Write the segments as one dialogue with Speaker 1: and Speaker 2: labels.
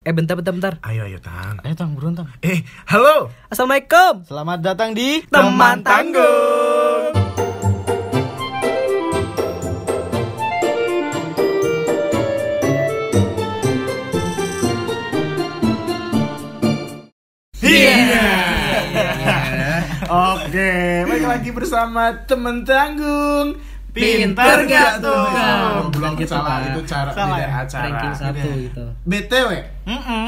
Speaker 1: Eh bentar bentar bentar.
Speaker 2: Ayo ayo Tang.
Speaker 3: Ayo tang buruan tang.
Speaker 2: Eh, halo.
Speaker 1: Assalamualaikum.
Speaker 3: Selamat datang di
Speaker 1: Teman
Speaker 2: tanggung. Iya. Oke, balik lagi bersama teman tanggung.
Speaker 3: Pinter nggak tuh?
Speaker 2: Oh, Belum
Speaker 1: Gitu,
Speaker 2: salah
Speaker 1: Pak.
Speaker 2: itu cara
Speaker 3: Salah
Speaker 2: beda
Speaker 3: ya?
Speaker 2: acara.
Speaker 1: Ranking satu
Speaker 2: Beda.
Speaker 1: gitu.
Speaker 2: BTW,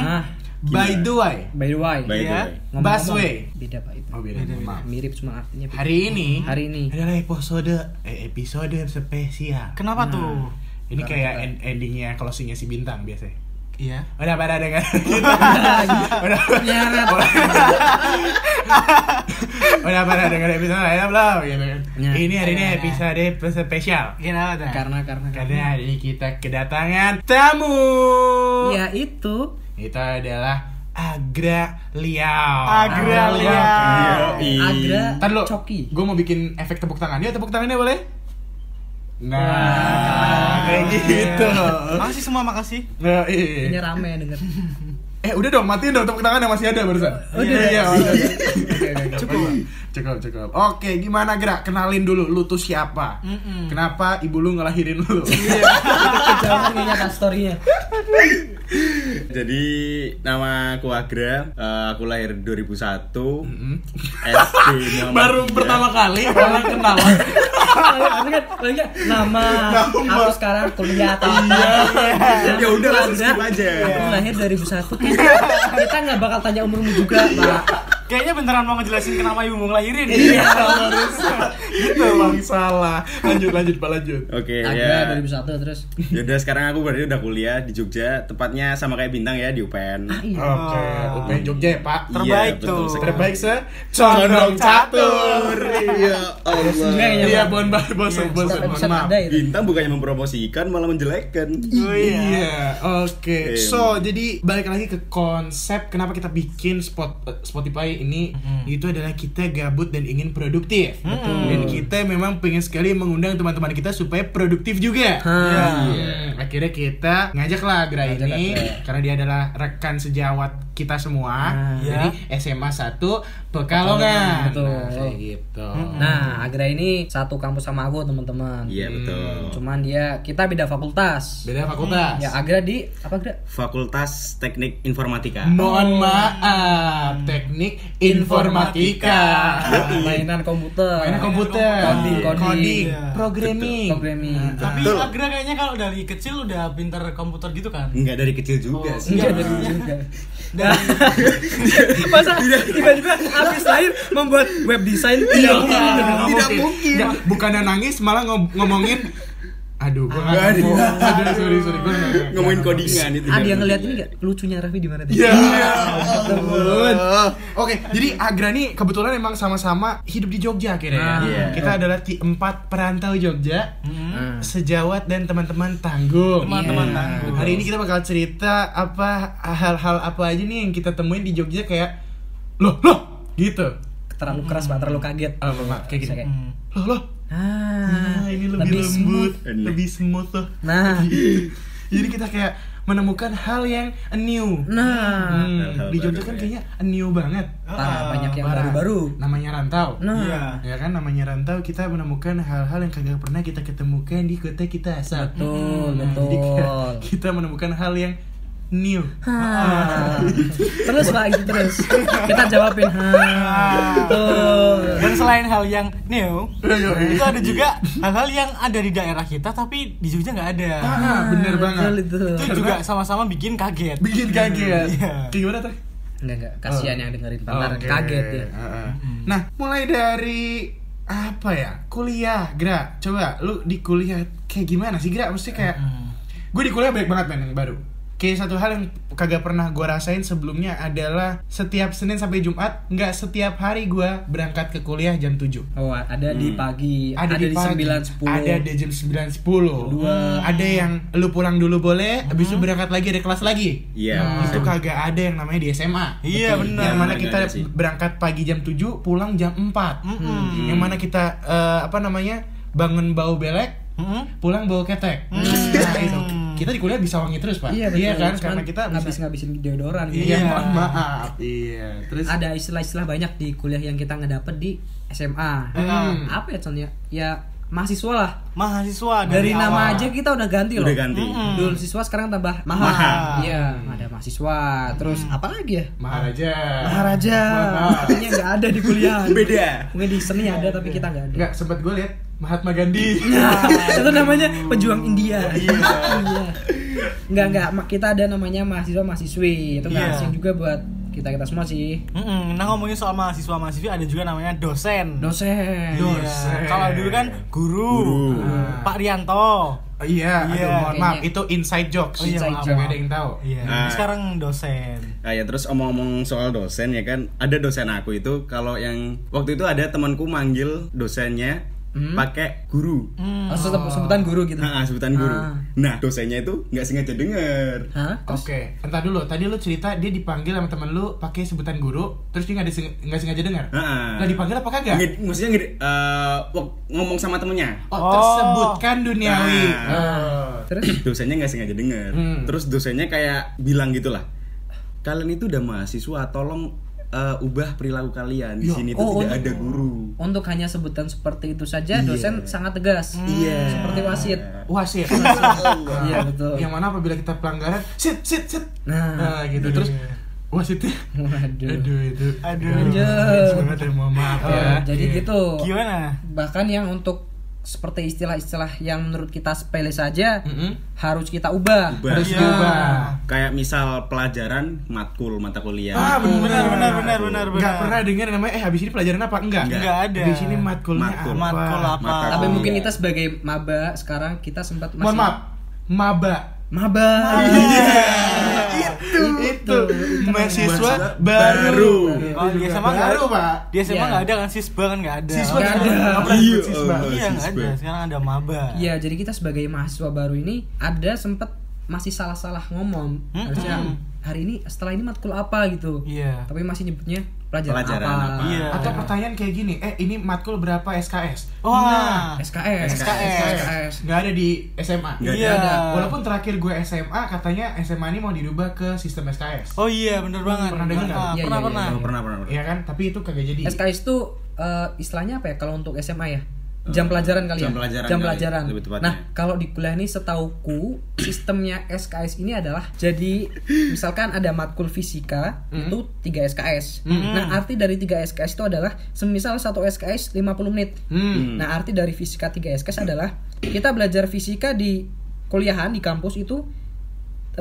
Speaker 1: Nah,
Speaker 2: by the way,
Speaker 1: by the way.
Speaker 4: By the
Speaker 3: Iya.
Speaker 2: ya,
Speaker 4: way.
Speaker 1: ngomong-ngomong,
Speaker 2: busway.
Speaker 1: Beda Pak itu.
Speaker 2: Oh beda, maaf.
Speaker 1: Mirip cuma artinya beda.
Speaker 2: Hari ini,
Speaker 1: Hari ini.
Speaker 2: adalah episode eh, episode spesial.
Speaker 3: Kenapa tuh?
Speaker 2: Ini
Speaker 1: Karena
Speaker 2: kayak
Speaker 1: kita-
Speaker 2: end- endingnya closingnya si bintang biasanya.
Speaker 3: Iya.
Speaker 2: Udah pada dengar. Udah. ya,
Speaker 1: Nyeret.
Speaker 2: Udah pada dengar episode lainnya belum gitu kan.
Speaker 1: Ya.
Speaker 2: Ini hari ini
Speaker 3: Ya.
Speaker 2: episode spesial.
Speaker 3: Kenapa tang?
Speaker 1: Karena karena
Speaker 2: Karena hari ini kita kedatangan tamu.
Speaker 1: Ya itu.
Speaker 2: Itu adalah Agra Liao. Iya.
Speaker 3: Agra Liao.
Speaker 4: Yoi.
Speaker 1: Agra
Speaker 2: Ntar lu,
Speaker 1: Coki.
Speaker 2: gue mau bikin efek tepuk tangan. Yuk tepuk tangannya boleh?
Speaker 1: Wah.
Speaker 2: Nah, kayak gitu.
Speaker 3: Makasih semua makasih.
Speaker 2: Yoi.
Speaker 1: Ini rame denger.
Speaker 2: iya, Eh udah dong, matiin dong tepuk tangan yang masih ada barusan.
Speaker 1: Udah.
Speaker 2: Iya, udah.
Speaker 1: Oke, oke, oke.
Speaker 2: Cukup. Cukup, cukup. Oke, gimana gerak? Kenalin dulu lu tuh siapa?
Speaker 3: Mm-mm.
Speaker 2: Kenapa ibu lu ngelahirin lu?
Speaker 1: Kejauhan ini nyata story-nya.
Speaker 4: Jadi nama aku Agra, eh, aku lahir 2001,
Speaker 2: Mm-mm.
Speaker 4: SD nomor
Speaker 2: Baru
Speaker 4: tiga.
Speaker 2: pertama kali orang kenalan.
Speaker 1: Ini kan ini kan nama aku sekarang kuliah atau apa.
Speaker 4: Ya udah, langsung
Speaker 1: Agra,
Speaker 4: skip aja. Iya.
Speaker 1: Aku lahir 2001. Kita- Kita nggak bakal tanya umurmu juga, Pak.
Speaker 3: Kayaknya beneran mau ngejelasin kenapa ibu mau ngelahirin.
Speaker 1: Iya.
Speaker 2: gitu bang salah. Lanjut, lanjut, pak lanjut.
Speaker 4: Oke,
Speaker 1: Agra
Speaker 4: ya.
Speaker 1: 2001 terus.
Speaker 4: Ya udah sekarang aku berarti udah kuliah di Jogja, tepatnya sama kayak Bintang ya di UPN.
Speaker 1: Iya.
Speaker 2: Oke, UPN Jogja ya pak.
Speaker 4: Ter-
Speaker 3: Terbaik
Speaker 4: Iya, betul
Speaker 3: tuh.
Speaker 4: sekali.
Speaker 2: Terbaik se condong catur.
Speaker 4: Ya Allah.
Speaker 2: Iya, bon, bon, bosen, bosen,
Speaker 1: Setiap
Speaker 2: mohon
Speaker 1: episode
Speaker 2: maaf.
Speaker 1: ada itu.
Speaker 4: Bintang bukannya mempromosikan malah menjelekkan.
Speaker 3: Oh iya.
Speaker 2: Iya, oke.
Speaker 4: Em.
Speaker 2: So, jadi balik lagi ke konsep kenapa kita bikin spot eh, Spotify ini
Speaker 1: Mm-hmm.
Speaker 2: itu adalah kita gabut dan ingin produktif. Dan kita memang pengen sekali mengundang teman-teman kita supaya produktif juga.
Speaker 1: Hah. Iya.
Speaker 2: Hmm, Akhirnya kita ngajaklah Gra
Speaker 1: Ngajak iya.
Speaker 2: ini
Speaker 1: Agra.
Speaker 2: karena dia adalah rekan sejawat kita semua.
Speaker 1: Ah.
Speaker 2: Jadi SMA 1 Pekalongan.
Speaker 1: Betul.
Speaker 2: Nah, kayak gitu.
Speaker 1: Nah, Agra ini satu kampus sama aku, teman-teman.
Speaker 4: Iya betul.
Speaker 1: Cuman dia kita beda fakultas.
Speaker 2: Beda fakultas.
Speaker 1: Ya, Agra di apa Agra?
Speaker 4: Fakultas Teknik Informatika.
Speaker 2: Mohon maaf, teknik informatika.
Speaker 1: Mainan komputer.
Speaker 2: Mainan komputer,
Speaker 1: Coding, coding.
Speaker 2: programming. Iya.
Speaker 1: Programming.
Speaker 3: Tapi
Speaker 4: Betul.
Speaker 3: Agra kayaknya kalau dari kecil udah pinter komputer gitu kan.
Speaker 4: Enggak dari kecil
Speaker 3: Oh,
Speaker 4: juga sih.
Speaker 1: Enggak dari juga. Masa tiba-tiba habis lahir membuat web design?
Speaker 2: Tidak
Speaker 1: Iya.
Speaker 2: mungkin,
Speaker 4: Tidak mungkin.
Speaker 2: Nggak, bukannya nangis malah ngom- ngomongin aduh gua nggak
Speaker 4: Aduh.
Speaker 2: ngomong. aduh sorry sorry gua nggak- nggak-
Speaker 4: Ngomongin
Speaker 2: nggak-
Speaker 4: codingan itu.
Speaker 1: Iya. Ada yang Ah, ngeliat ini gak? Lucunya Raffi di mana tadi? Ah,
Speaker 2: Ya ampun.
Speaker 4: Ampun.
Speaker 2: Oke, jadi Agra nih kebetulan emang sama-sama hidup di Jogja akhirnya. ya.
Speaker 1: Ah,
Speaker 4: iya.
Speaker 2: Kita adalah ti empat perantau Jogja,
Speaker 1: Hmm.
Speaker 2: sejawat dan teman-teman tanggung.
Speaker 3: mm, Teman-teman
Speaker 2: Iya.
Speaker 3: tanggung.
Speaker 2: Hari ini kita bakal cerita apa hal-hal apa aja nih yang kita temuin di Jogja kayak loh loh gitu.
Speaker 1: Terlalu keras pak, terlalu kaget.
Speaker 2: Ah, maaf, maaf, kayak
Speaker 1: Bisa
Speaker 2: gini.
Speaker 1: kayak,
Speaker 3: Hmm.
Speaker 2: Loh loh.
Speaker 1: Ah,
Speaker 2: Nah, ini lebih, lembut, Iya.
Speaker 1: smooth.
Speaker 4: smooth.
Speaker 2: lebih smooth loh.
Speaker 1: Nah,
Speaker 2: Jadi kita kayak menemukan hal yang new.
Speaker 1: nah,
Speaker 2: Hmm, di Jogja kan kayaknya new banget.
Speaker 1: parah banyak yang
Speaker 2: Parah.
Speaker 1: baru-baru.
Speaker 2: Namanya rantau.
Speaker 1: Nah,
Speaker 2: Ya
Speaker 3: Iya.
Speaker 2: kan namanya rantau kita menemukan hal-hal yang kagak pernah kita ketemukan di kota kita asal.
Speaker 1: betul,
Speaker 2: Nah, jadi kayak
Speaker 1: betul.
Speaker 2: kita menemukan hal yang new.
Speaker 1: Hah. terus pak, gitu terus. Kita jawabin. Hah. Betul.
Speaker 3: Nah, Dan selain hal yang new,
Speaker 2: Iya, iya.
Speaker 3: itu ada juga hal-hal yang ada di daerah kita tapi di Jogja nggak ada.
Speaker 2: Ah, bener
Speaker 1: Betul
Speaker 2: banget.
Speaker 1: itu.
Speaker 3: Itu juga sama-sama bikin kaget.
Speaker 2: Bikin kaget.
Speaker 3: Iya.
Speaker 2: Kayak gimana tuh?
Speaker 1: Enggak, enggak. Kasihan
Speaker 2: Oh.
Speaker 1: yang dengerin
Speaker 2: Oh,
Speaker 1: bentar
Speaker 2: oke.
Speaker 1: kaget ya.
Speaker 2: Heeh. Nah, mulai dari apa ya? Kuliah, Gra. Coba lu di kuliah kayak gimana sih, Gra? Mesti kayak
Speaker 3: Mm.
Speaker 2: gue di kuliah banyak banget men yang baru. Kayak satu hal yang kagak pernah gue rasain sebelumnya adalah setiap Senin sampai Jumat, nggak setiap hari gue berangkat ke kuliah jam 7.
Speaker 1: Oh, ada di pagi, Iya, ada, di,
Speaker 2: Hmm. pagi,
Speaker 1: 9.10.
Speaker 2: Ada di jam 9.10. Ada yang lu pulang dulu boleh, habis itu berangkat lagi ada kelas lagi.
Speaker 4: Iya.
Speaker 2: Nah, Itu kagak ada yang namanya di SMA.
Speaker 3: Iya,
Speaker 2: Betul.
Speaker 3: benar.
Speaker 2: Yang mana
Speaker 4: Nggak
Speaker 2: kita
Speaker 4: ada sih.
Speaker 2: berangkat pagi jam 7, pulang jam 4.
Speaker 3: Mm-mm.
Speaker 2: Yang mana kita eh, apa namanya? bangun bau belek,
Speaker 3: Mm-mm.
Speaker 2: pulang bau ketek. Nah, itu. kita di kuliah bisa wangi terus pak
Speaker 1: Iya betul. Cuman
Speaker 2: kan karena kita
Speaker 1: ngabis
Speaker 2: bisa
Speaker 1: ngabisin deodoran. gitu.
Speaker 2: iya
Speaker 3: Iya.
Speaker 2: mohon maaf iya terus
Speaker 1: Ada istilah-istilah banyak di kuliah yang kita ngedapet di SMA.
Speaker 2: Hmm.
Speaker 1: Apa ya contohnya? Ya mahasiswa lah.
Speaker 3: mahasiswa
Speaker 1: Dari nama
Speaker 3: awal.
Speaker 1: aja kita udah ganti loh.
Speaker 4: Udah ganti.
Speaker 3: Mm-mm.
Speaker 1: Dulu siswa sekarang tambah maha.
Speaker 4: Maha.
Speaker 1: Iya, ada mahasiswa. Terus
Speaker 2: Hmm.
Speaker 1: apa lagi ya?
Speaker 2: Maharaja
Speaker 1: Maharaja.
Speaker 2: Maha.
Speaker 1: Artinya nggak ada di kuliah.
Speaker 4: Beda.
Speaker 1: Mungkin di seni ada tapi kita nggak ada.
Speaker 2: nggak sempat gue lihat Mahatma Gandhi
Speaker 1: itu namanya pejuang India. Iya. Enggak enggak kita ada namanya mahasiswa mahasiswi. Itu nggak
Speaker 3: Iya.
Speaker 1: asing juga buat kita kita semua sih.
Speaker 3: Mm-mm. Nah ngomongin soal mahasiswa mahasiswi ada juga namanya dosen.
Speaker 1: Dosen.
Speaker 3: Iya.
Speaker 2: Dosen.
Speaker 3: Kalau dulu kan guru,
Speaker 4: Guru.
Speaker 3: Ah. Pak Rianto.
Speaker 2: Oh, iya
Speaker 3: Iya,
Speaker 2: aduh mohon maaf
Speaker 1: kayaknya.
Speaker 2: itu inside jokes
Speaker 3: Oh, iya,
Speaker 2: Inside
Speaker 1: maaf,
Speaker 2: nggak
Speaker 1: maaf.
Speaker 2: ada yang tahu
Speaker 3: Iya.
Speaker 4: Nah.
Speaker 3: Sekarang dosen.
Speaker 4: Nah, ya terus omong-omong soal dosen ya kan, ada dosen aku itu kalau yang waktu itu ada temanku manggil dosennya
Speaker 1: Hmm.
Speaker 4: pakai guru.
Speaker 1: Oh,
Speaker 3: Hmm.
Speaker 1: sebut- sebutan guru gitu.
Speaker 4: Nah, sebutan guru.
Speaker 1: Ah.
Speaker 4: Nah, dosennya itu nggak sengaja denger.
Speaker 1: Hah? Terus-
Speaker 2: Oke, entah dulu. Tadi lu cerita dia dipanggil sama temen lu pakai sebutan guru, terus dia nggak diseng- nggak sengaja dengar. Nah
Speaker 4: Heeh.
Speaker 2: dipanggil apa
Speaker 1: ya?
Speaker 2: kagak?
Speaker 4: Nge- Ah, maksudnya ngedi- eh, wak- ngomong sama temennya.
Speaker 2: Oh,
Speaker 3: Oh.
Speaker 2: tersebutkan duniawi.
Speaker 4: Nah.
Speaker 2: Oh.
Speaker 1: Terus
Speaker 4: Dosennya nggak sengaja denger.
Speaker 2: Hmm.
Speaker 4: Terus dosennya kayak bilang gitulah. Kalian itu udah mahasiswa, tolong eh, ubah perilaku kalian.
Speaker 2: Ya,
Speaker 4: Di sini
Speaker 1: oh,
Speaker 4: tuh tidak
Speaker 1: oh.
Speaker 4: ada guru.
Speaker 1: untuk hanya sebutan seperti itu saja
Speaker 4: Iya.
Speaker 1: dosen sangat tegas. Hmm,
Speaker 4: Iya.
Speaker 1: Seperti wasit.
Speaker 3: Nah.
Speaker 2: Wasit.
Speaker 1: Iya betul.
Speaker 2: Yang mana apabila kita pelanggaran, sit sit sit.
Speaker 1: Nah.
Speaker 2: Nah, gitu terus wasitnya.
Speaker 1: Waduh.
Speaker 2: Aduh itu.
Speaker 3: iya. Aduh.
Speaker 1: Lanjut.
Speaker 2: Semangat ya, mohon maaf
Speaker 1: Oh,
Speaker 2: ya.
Speaker 1: jadi
Speaker 2: Iya.
Speaker 1: gitu.
Speaker 3: Gimana?
Speaker 1: Bahkan yang untuk seperti istilah-istilah yang menurut kita sepele saja
Speaker 2: Mm-mm.
Speaker 1: harus kita ubah.
Speaker 4: Ubah.
Speaker 2: Harus
Speaker 3: Iya.
Speaker 2: diubah.
Speaker 4: Kayak misal pelajaran matkul mata kuliah.
Speaker 2: Ah,
Speaker 3: Benar benar benar benar benar.
Speaker 2: Nggak pernah dengar namanya eh habis ini pelajaran apa? Enggak.
Speaker 4: Nggak.
Speaker 3: Nggak ada.
Speaker 2: Di sini matkulnya
Speaker 4: Matkul.
Speaker 2: apa?
Speaker 3: Matkul apa? Iya.
Speaker 4: Mata
Speaker 1: Tapi
Speaker 4: kuliah.
Speaker 1: mungkin kita sebagai maba sekarang kita sempat masih
Speaker 2: Mohon maaf. Maba.
Speaker 1: Maba.
Speaker 3: Iya.
Speaker 2: Itu. Itu. Mahasiswa
Speaker 4: Mahasiswa Iya.
Speaker 2: baru.
Speaker 4: baru.
Speaker 3: Kalau di SMA nggak
Speaker 2: baru,
Speaker 3: ada.
Speaker 2: Pak.
Speaker 3: Di SMA
Speaker 1: Iya.
Speaker 3: nggak ada kan sisba kan nggak ada.
Speaker 2: Siswa
Speaker 1: Nggak ada.
Speaker 2: Nggak pernah
Speaker 4: Iya,
Speaker 2: disebut siswa.
Speaker 4: eh.
Speaker 3: Iya nggak ada.
Speaker 4: Sisba.
Speaker 3: Sekarang ada maba.
Speaker 1: Iya, jadi kita sebagai mahasiswa baru ini ada sempat masih salah-salah ngomong.
Speaker 3: Mm-mm.
Speaker 1: Harusnya hari ini setelah ini matkul apa gitu.
Speaker 3: Iya.
Speaker 1: Tapi masih nyebutnya pelajaran,
Speaker 4: Pelajaran apa?
Speaker 3: Iya.
Speaker 2: Atau pertanyaan kayak gini, eh ini matkul berapa SKS?
Speaker 1: Nah,
Speaker 3: Wah.
Speaker 1: SKS.
Speaker 3: SKS.
Speaker 1: SKS.
Speaker 2: Nggak ada di SMA.
Speaker 4: Nggak
Speaker 3: Iya.
Speaker 4: ada.
Speaker 2: Walaupun terakhir gue SMA katanya SMA ini mau dirubah ke sistem SKS.
Speaker 3: Oh iya bener banget.
Speaker 2: Pernah dengar nggak?
Speaker 3: Ah,
Speaker 1: Iya,
Speaker 3: Pernah
Speaker 1: iya,
Speaker 3: pernah.
Speaker 4: Oh, pernah pernah pernah.
Speaker 2: Iya kan? Tapi itu kagak jadi.
Speaker 1: SKS itu eh, istilahnya apa ya kalau untuk SMA ya? Jam pelajaran kali
Speaker 4: Oh, jam
Speaker 1: ya?
Speaker 4: pelajaran
Speaker 1: jam
Speaker 4: kali,
Speaker 1: pelajaran.
Speaker 4: lebih tepatnya.
Speaker 1: nah, kalau di kuliah ini setauku sistemnya SKS ini adalah jadi misalkan ada matkul fisika
Speaker 4: Mm-hmm.
Speaker 1: itu 3 SKS. Nah, arti dari 3 SKS itu adalah semisal satu SKS 50 menit.
Speaker 2: Hmm.
Speaker 1: Nah, arti dari fisika 3 SKS adalah kita belajar fisika di kuliahan di kampus itu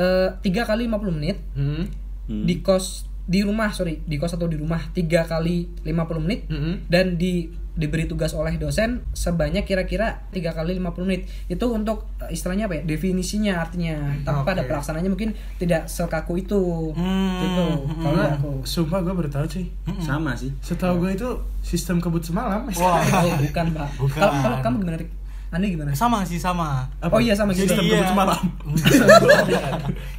Speaker 1: eh, 3 kali 50 menit
Speaker 2: Hmm.
Speaker 4: Hmm.
Speaker 1: di kos di rumah sorry di kos atau di rumah tiga kali 50 menit
Speaker 2: Mm-mm.
Speaker 1: dan di diberi tugas oleh dosen sebanyak kira-kira tiga kali 50 menit itu untuk eh, istilahnya apa ya definisinya artinya tapi pada
Speaker 2: Oke.
Speaker 1: pelaksanaannya mungkin tidak sekaku itu
Speaker 3: Hmm,
Speaker 1: gitu kalau
Speaker 2: Karena
Speaker 1: aku
Speaker 2: sumpah gue baru tahu cuy.
Speaker 4: Sama sih.
Speaker 2: Setahu gue itu sistem kebut semalam.
Speaker 3: Wah.
Speaker 1: oh, bukan pak
Speaker 3: Bukan.
Speaker 1: kalau kalau kamu gimana Rik? Anda gimana
Speaker 3: Sama sih sama.
Speaker 1: oh iya sama gitu
Speaker 3: Jadi iya.
Speaker 4: semalam.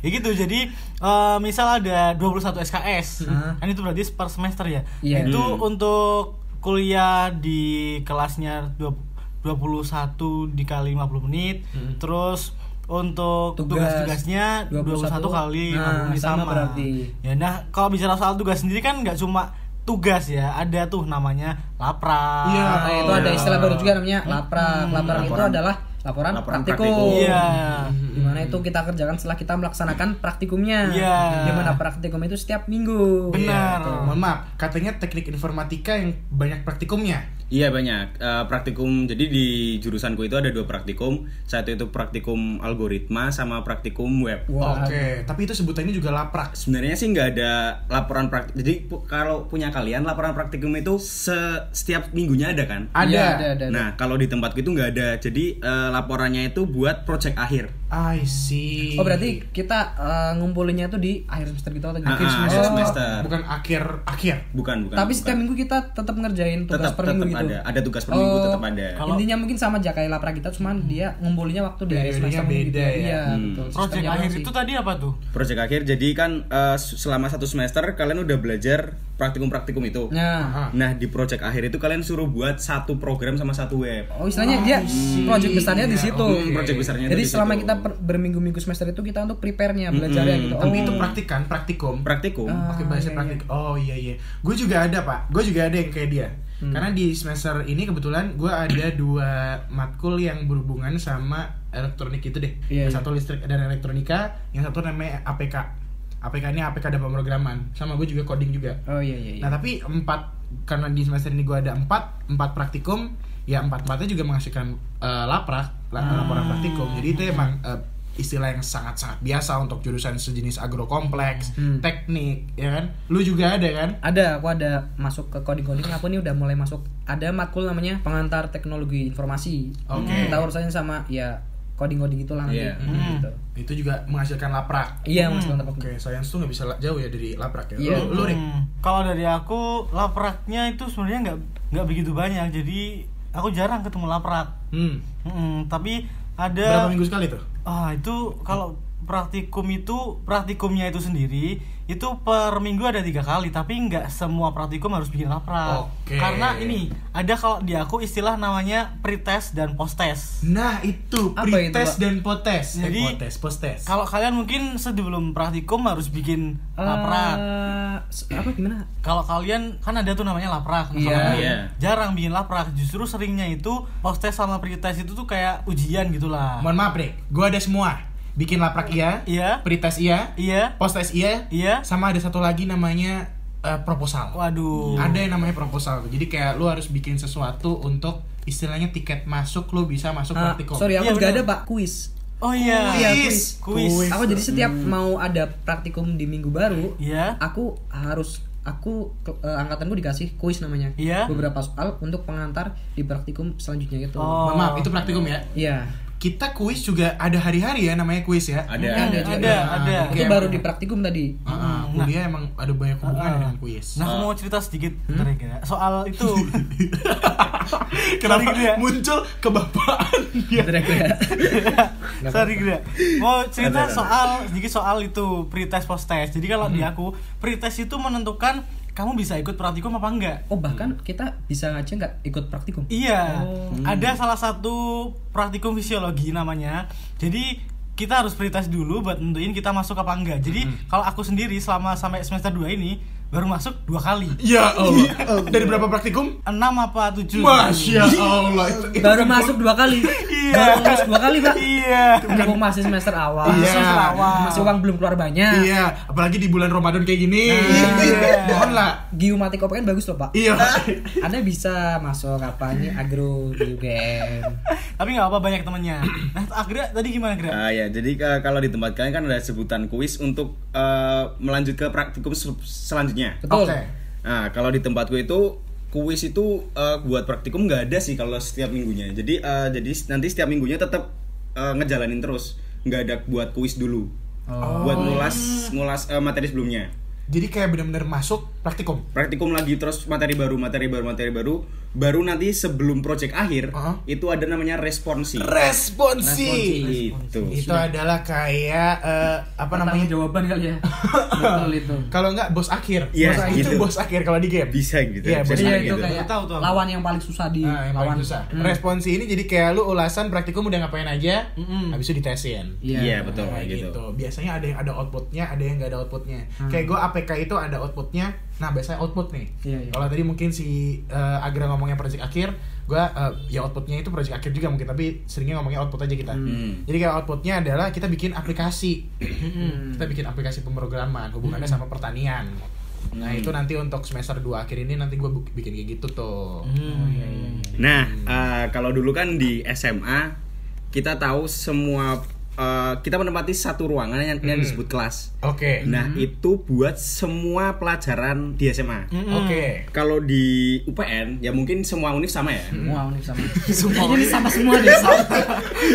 Speaker 3: ya gitu. Jadi eh, misal ada 21 SKS.
Speaker 1: Hah?
Speaker 3: Kan itu berarti per semester ya.
Speaker 1: Iya.
Speaker 3: Itu
Speaker 4: Hmm.
Speaker 3: untuk kuliah di kelasnya dua- 21 dikali 50 menit. Terus untuk
Speaker 1: Tugas
Speaker 3: tugas-tugasnya 21,
Speaker 1: 21
Speaker 3: kali 50
Speaker 1: Nah,
Speaker 3: menit
Speaker 1: sama
Speaker 3: sama.
Speaker 1: berarti.
Speaker 3: Ya nah, kalau bicara soal tugas sendiri kan nggak cuma tugas ya. Ada tuh namanya lapra.
Speaker 2: Iya.
Speaker 1: Nah, itu ada
Speaker 2: Iya.
Speaker 1: istilah baru juga
Speaker 3: Hmm,
Speaker 1: namanya laprak laprak itu
Speaker 4: Laporan-
Speaker 1: adalah laporan,
Speaker 4: laporan
Speaker 1: praktikum,
Speaker 4: praktikum.
Speaker 3: Iya.
Speaker 1: dimana itu kita kerjakan setelah kita melaksanakan praktikumnya
Speaker 3: Iya.
Speaker 1: dimana praktikum itu setiap minggu
Speaker 3: Benar.
Speaker 2: Iya, Tuh, Mohon maaf, katanya teknik informatika yang banyak praktikumnya.
Speaker 4: Iya banyak Eh, praktikum. Jadi di jurusanku itu ada dua praktikum. Satu itu praktikum algoritma sama praktikum web.
Speaker 1: Wah.
Speaker 2: Oke, tapi itu sebutannya juga laprak.
Speaker 4: Sebenarnya sih nggak ada laporan praktik. Jadi pu- kalau punya kalian laporan praktikum itu se- setiap minggunya ada kan?
Speaker 2: Ada.
Speaker 1: Iya, ada, ada, ada.
Speaker 4: Nah kalau di tempatku itu nggak ada. Jadi eh, laporannya itu buat project akhir.
Speaker 2: I see.
Speaker 1: oh berarti kita eh, ngumpulinnya itu di akhir semester gitu atau gimana?
Speaker 4: Akhir Ah,
Speaker 1: Oh,
Speaker 4: semester. Akhir semester.
Speaker 2: Bukan akhir akhir.
Speaker 4: Bukan bukan.
Speaker 1: tapi
Speaker 4: bukan.
Speaker 1: setiap minggu kita tetap ngerjain tugas
Speaker 4: tetap
Speaker 1: per
Speaker 4: tetap
Speaker 1: minggu gitu
Speaker 4: ada. Ada tugas per minggu
Speaker 1: Oh,
Speaker 4: tetap ada.
Speaker 3: Kalau-
Speaker 1: intinya mungkin sama aja kayak laprak kita cuman dia ngumpulinnya waktu di akhir
Speaker 2: Periodenya
Speaker 1: semester minggu
Speaker 2: beda
Speaker 1: gitu.
Speaker 2: ya.
Speaker 1: iya
Speaker 4: Hmm.
Speaker 1: betul
Speaker 3: Project
Speaker 1: Sistemnya
Speaker 3: akhir
Speaker 1: sih.
Speaker 3: itu tadi apa tuh?
Speaker 4: Project akhir. Jadi kan eh, selama satu semester kalian udah belajar praktikum-praktikum itu.
Speaker 1: nah
Speaker 3: Ah,
Speaker 2: Aha.
Speaker 4: Nah di project akhir itu kalian suruh buat satu program sama satu web.
Speaker 3: ah,
Speaker 1: Oh istilahnya dia project besarnya di situ.
Speaker 3: Iya,
Speaker 4: Hmm, project besarnya itu
Speaker 1: Jadi
Speaker 4: di
Speaker 1: selama
Speaker 4: situ. Hmm,
Speaker 1: kita per- berminggu-minggu semester itu kita untuk prepare-nya, belajarnya
Speaker 4: Mm-mm.
Speaker 1: gitu.
Speaker 2: Tapi itu praktik kan, praktikum.
Speaker 4: praktikum
Speaker 1: Ah,
Speaker 2: Pakai bahasa
Speaker 1: iya,
Speaker 2: praktik. Oh iya iya. Gue juga ada pak. Gue juga ada yang kayak dia. Karena di semester ini kebetulan gue ada dua matkul yang berhubungan sama elektronik itu deh.
Speaker 1: Iya, iya.
Speaker 2: yang satu listrik dan elektronika, yang satu namanya APK. APK ini APK ada pemrograman. Sama gue juga coding juga.
Speaker 1: Oh iya iya. iya.
Speaker 2: Nah tapi empat karena di semester ini gue ada empat empat praktikum ya empat empatnya juga menghasilkan eh, laprak la-
Speaker 1: Hmm.
Speaker 2: laporan praktikum jadi itu emang eh, istilah yang sangat sangat biasa untuk jurusan sejenis agrokompleks
Speaker 1: Hmm.
Speaker 2: teknik ya kan lu juga ada kan
Speaker 1: Ada, aku ada masuk ke coding-coding, aku nih udah mulai masuk. Ada matkul namanya pengantar teknologi informasi.
Speaker 2: Oke.
Speaker 1: Kita urusannya sama ya coding-coding itulah nanti.
Speaker 4: Iya.
Speaker 1: Hmm, gitu.
Speaker 2: itu juga menghasilkan laprak
Speaker 1: Iya, Mas
Speaker 2: oke
Speaker 1: Lantap.
Speaker 2: science tuh nggak bisa la- jauh ya dari laprak ya
Speaker 1: Iya.
Speaker 2: lu, lu Rik?
Speaker 3: Hmm, Kalau dari aku lapraknya itu sebenarnya nggak nggak begitu banyak. Jadi aku jarang ketemu laprak.
Speaker 2: Hmm.
Speaker 3: Mm-mm, tapi ada
Speaker 1: Ya.
Speaker 2: berapa minggu sekali tuh
Speaker 3: Ah, itu kalau praktikum itu praktikumnya itu sendiri itu per minggu ada tiga kali tapi nggak semua praktikum harus bikin laprak
Speaker 2: Oke.
Speaker 3: karena ini ada kalau di aku istilah namanya pretest dan post test
Speaker 2: nah itu
Speaker 1: Apa itu,
Speaker 2: pretest
Speaker 1: Pak?
Speaker 2: dan potes Eh,
Speaker 3: Jadi-
Speaker 2: potes postes
Speaker 3: kalau kalian mungkin sebelum praktikum harus bikin laprak
Speaker 1: Eh, s- apa gimana?
Speaker 3: kalau kalian kan ada tuh namanya laprak Nah,
Speaker 1: Iya.
Speaker 3: kalau kalian
Speaker 4: Iya.
Speaker 3: jarang bikin laprak justru seringnya itu post test sama pretest itu tuh kayak ujian gitulah
Speaker 2: mohon maaf Rik gue ada semua bikin laprak iya
Speaker 3: iya
Speaker 2: pretest iya
Speaker 3: iya
Speaker 2: post tes iya
Speaker 3: iya
Speaker 2: sama ada satu lagi namanya eh, proposal
Speaker 3: waduh
Speaker 2: ada yang namanya proposal jadi kayak lu harus bikin sesuatu untuk istilahnya tiket masuk lu bisa masuk
Speaker 1: Ah,
Speaker 2: praktikum
Speaker 1: sorry, aku
Speaker 3: Iya,
Speaker 1: juga
Speaker 3: bener.
Speaker 1: ada, Pak, kuis.
Speaker 3: oh iya
Speaker 1: Iya,
Speaker 2: kuis.
Speaker 3: kuis.
Speaker 2: Kuis.
Speaker 1: Aku jadi setiap mau ada praktikum di minggu baru,
Speaker 3: Iya.
Speaker 1: aku harus aku ke- eh, angkatanku dikasih kuis namanya.
Speaker 3: Iya.
Speaker 1: Beberapa soal untuk pengantar di praktikum selanjutnya gitu.
Speaker 2: Mohon
Speaker 3: Oh.
Speaker 2: maaf itu praktikum ya
Speaker 1: Iya.
Speaker 2: kita kuis juga ada hari-hari ya namanya kuis ya
Speaker 4: ada
Speaker 1: Hmm, ada juga.
Speaker 3: ada, ada.
Speaker 2: Oke,
Speaker 1: Itu baru
Speaker 2: emang-
Speaker 1: di praktikum tadi.
Speaker 2: Ah, ah, kuliah emang ada banyak hubungan
Speaker 3: Hmm, nah. Ah.
Speaker 2: dengan kuis
Speaker 3: Nah, aku mau cerita sedikit bentar ya, Gra. soal itu.
Speaker 2: kenapa
Speaker 3: Sorry, gitu ya. Gra.
Speaker 2: muncul kebapaan ya
Speaker 1: Kira-kira.
Speaker 3: Sorry Gra. Mau cerita soal sedikit soal itu pretest post test. Jadi kalau di aku pretest itu menentukan kamu bisa ikut praktikum apa enggak.
Speaker 1: Oh bahkan kita bisa aja nggak ikut praktikum?
Speaker 3: Iya, ada salah satu praktikum fisiologi namanya. Jadi kita harus pretest dulu buat nentuin kita masuk apa enggak. Jadi kalau aku sendiri selama sampai semester 2 ini baru masuk dua kali.
Speaker 2: ya Allah dari berapa praktikum
Speaker 3: 6 apa 7?
Speaker 2: Masya Allah itu, itu
Speaker 1: Baru
Speaker 2: bukan-
Speaker 1: masuk dua kali.
Speaker 3: Iya.
Speaker 1: Baru lulus dua kali pak.
Speaker 3: Iya.
Speaker 1: Mumpung masih semester awal.
Speaker 2: Iya.
Speaker 3: Semester awal.
Speaker 1: Masih uang belum keluar banyak.
Speaker 2: iya apalagi di bulan Ramadan kayak gini
Speaker 3: Nah.
Speaker 2: mohon lah
Speaker 1: Geomatik OPN kan bagus loh pak.
Speaker 2: iya
Speaker 1: Anda bisa masuk apa ini agro di UGM.
Speaker 3: Tapi nggak apa banyak temennya. Nah, akhirnya tadi gimana Gra?
Speaker 4: Ah ya, jadi eh, kalau di tempat kalian kan ada sebutan kuis untuk eh, melanjut ke praktikum se- selanjutnya.
Speaker 1: Betul.
Speaker 2: Oke.
Speaker 4: Nah, kalau di tempatku itu kuis itu eh, buat praktikum nggak ada sih kalau setiap minggunya. Jadi eh, jadi nanti setiap minggunya tetap eh, ngejalanin terus, nggak ada buat kuis dulu.
Speaker 2: Oh.
Speaker 4: Buat
Speaker 3: Oh.
Speaker 4: ngulas ngulas eh, materi sebelumnya.
Speaker 2: Jadi kayak bener-bener masuk praktikum.
Speaker 4: Praktikum lagi terus materi baru, materi baru, materi baru. Baru nanti sebelum proyek akhir
Speaker 2: Uh-huh.
Speaker 4: itu ada namanya responsi.
Speaker 2: Responsi.
Speaker 4: Itu.
Speaker 2: Itu adalah kayak eh, apa namanya?
Speaker 1: Pertanggung jawaban kali ya. Betul itu.
Speaker 2: Kalau nggak bos akhir.
Speaker 4: Iya,
Speaker 2: bos akhir itu
Speaker 4: gitu.
Speaker 2: bos akhir kalau di game.
Speaker 4: Bisa gitu.
Speaker 2: Iya,
Speaker 4: bisa
Speaker 2: Jadi
Speaker 1: Iya
Speaker 2: kayak
Speaker 1: itu
Speaker 4: gitu.
Speaker 1: kayak
Speaker 3: Tahu, tahu.
Speaker 1: lawan yang paling susah di
Speaker 2: Nah, yang
Speaker 1: lawan.
Speaker 2: paling susah.
Speaker 1: Hmm.
Speaker 2: Responsi ini jadi kayak lu ulasan praktikum udah ngapain aja,
Speaker 1: Hmm.
Speaker 3: Mm-mm.
Speaker 2: habis itu ditesin.
Speaker 1: Iya.
Speaker 4: Iya, betul
Speaker 2: Nah,
Speaker 4: kayak
Speaker 2: gitu.
Speaker 4: gitu. Hmm.
Speaker 2: Biasanya ada yang ada outputnya, ada yang nggak ada outputnya. Kayak gue APK itu ada outputnya. Nah biasanya output nih.
Speaker 1: Iya, iya.
Speaker 2: Kalau tadi mungkin si eh, Agra ngomongnya project akhir, gue eh, ya outputnya itu project akhir juga mungkin, tapi seringnya ngomongnya output aja kita.
Speaker 4: Hmm.
Speaker 2: Jadi kayak outputnya adalah kita bikin aplikasi,
Speaker 1: Hmm.
Speaker 4: Hmm.
Speaker 2: kita bikin aplikasi pemrograman hubungannya sama pertanian. Nah
Speaker 4: Hmm.
Speaker 2: itu nanti untuk semester 2 akhir ini nanti gue bikin kayak gitu tuh.
Speaker 4: Nah, eh, kalau dulu kan di SMA kita tahu semua eh, kita menempati satu ruangan yang,
Speaker 2: Hmm.
Speaker 4: yang disebut kelas.
Speaker 2: Oke,
Speaker 4: Nah, itu buat semua pelajaran di SMA.
Speaker 2: oke.
Speaker 4: Kalau di UPN ya mungkin semua univ sama ya.
Speaker 1: Wow, ini sama. Ini sama semua deh. sama.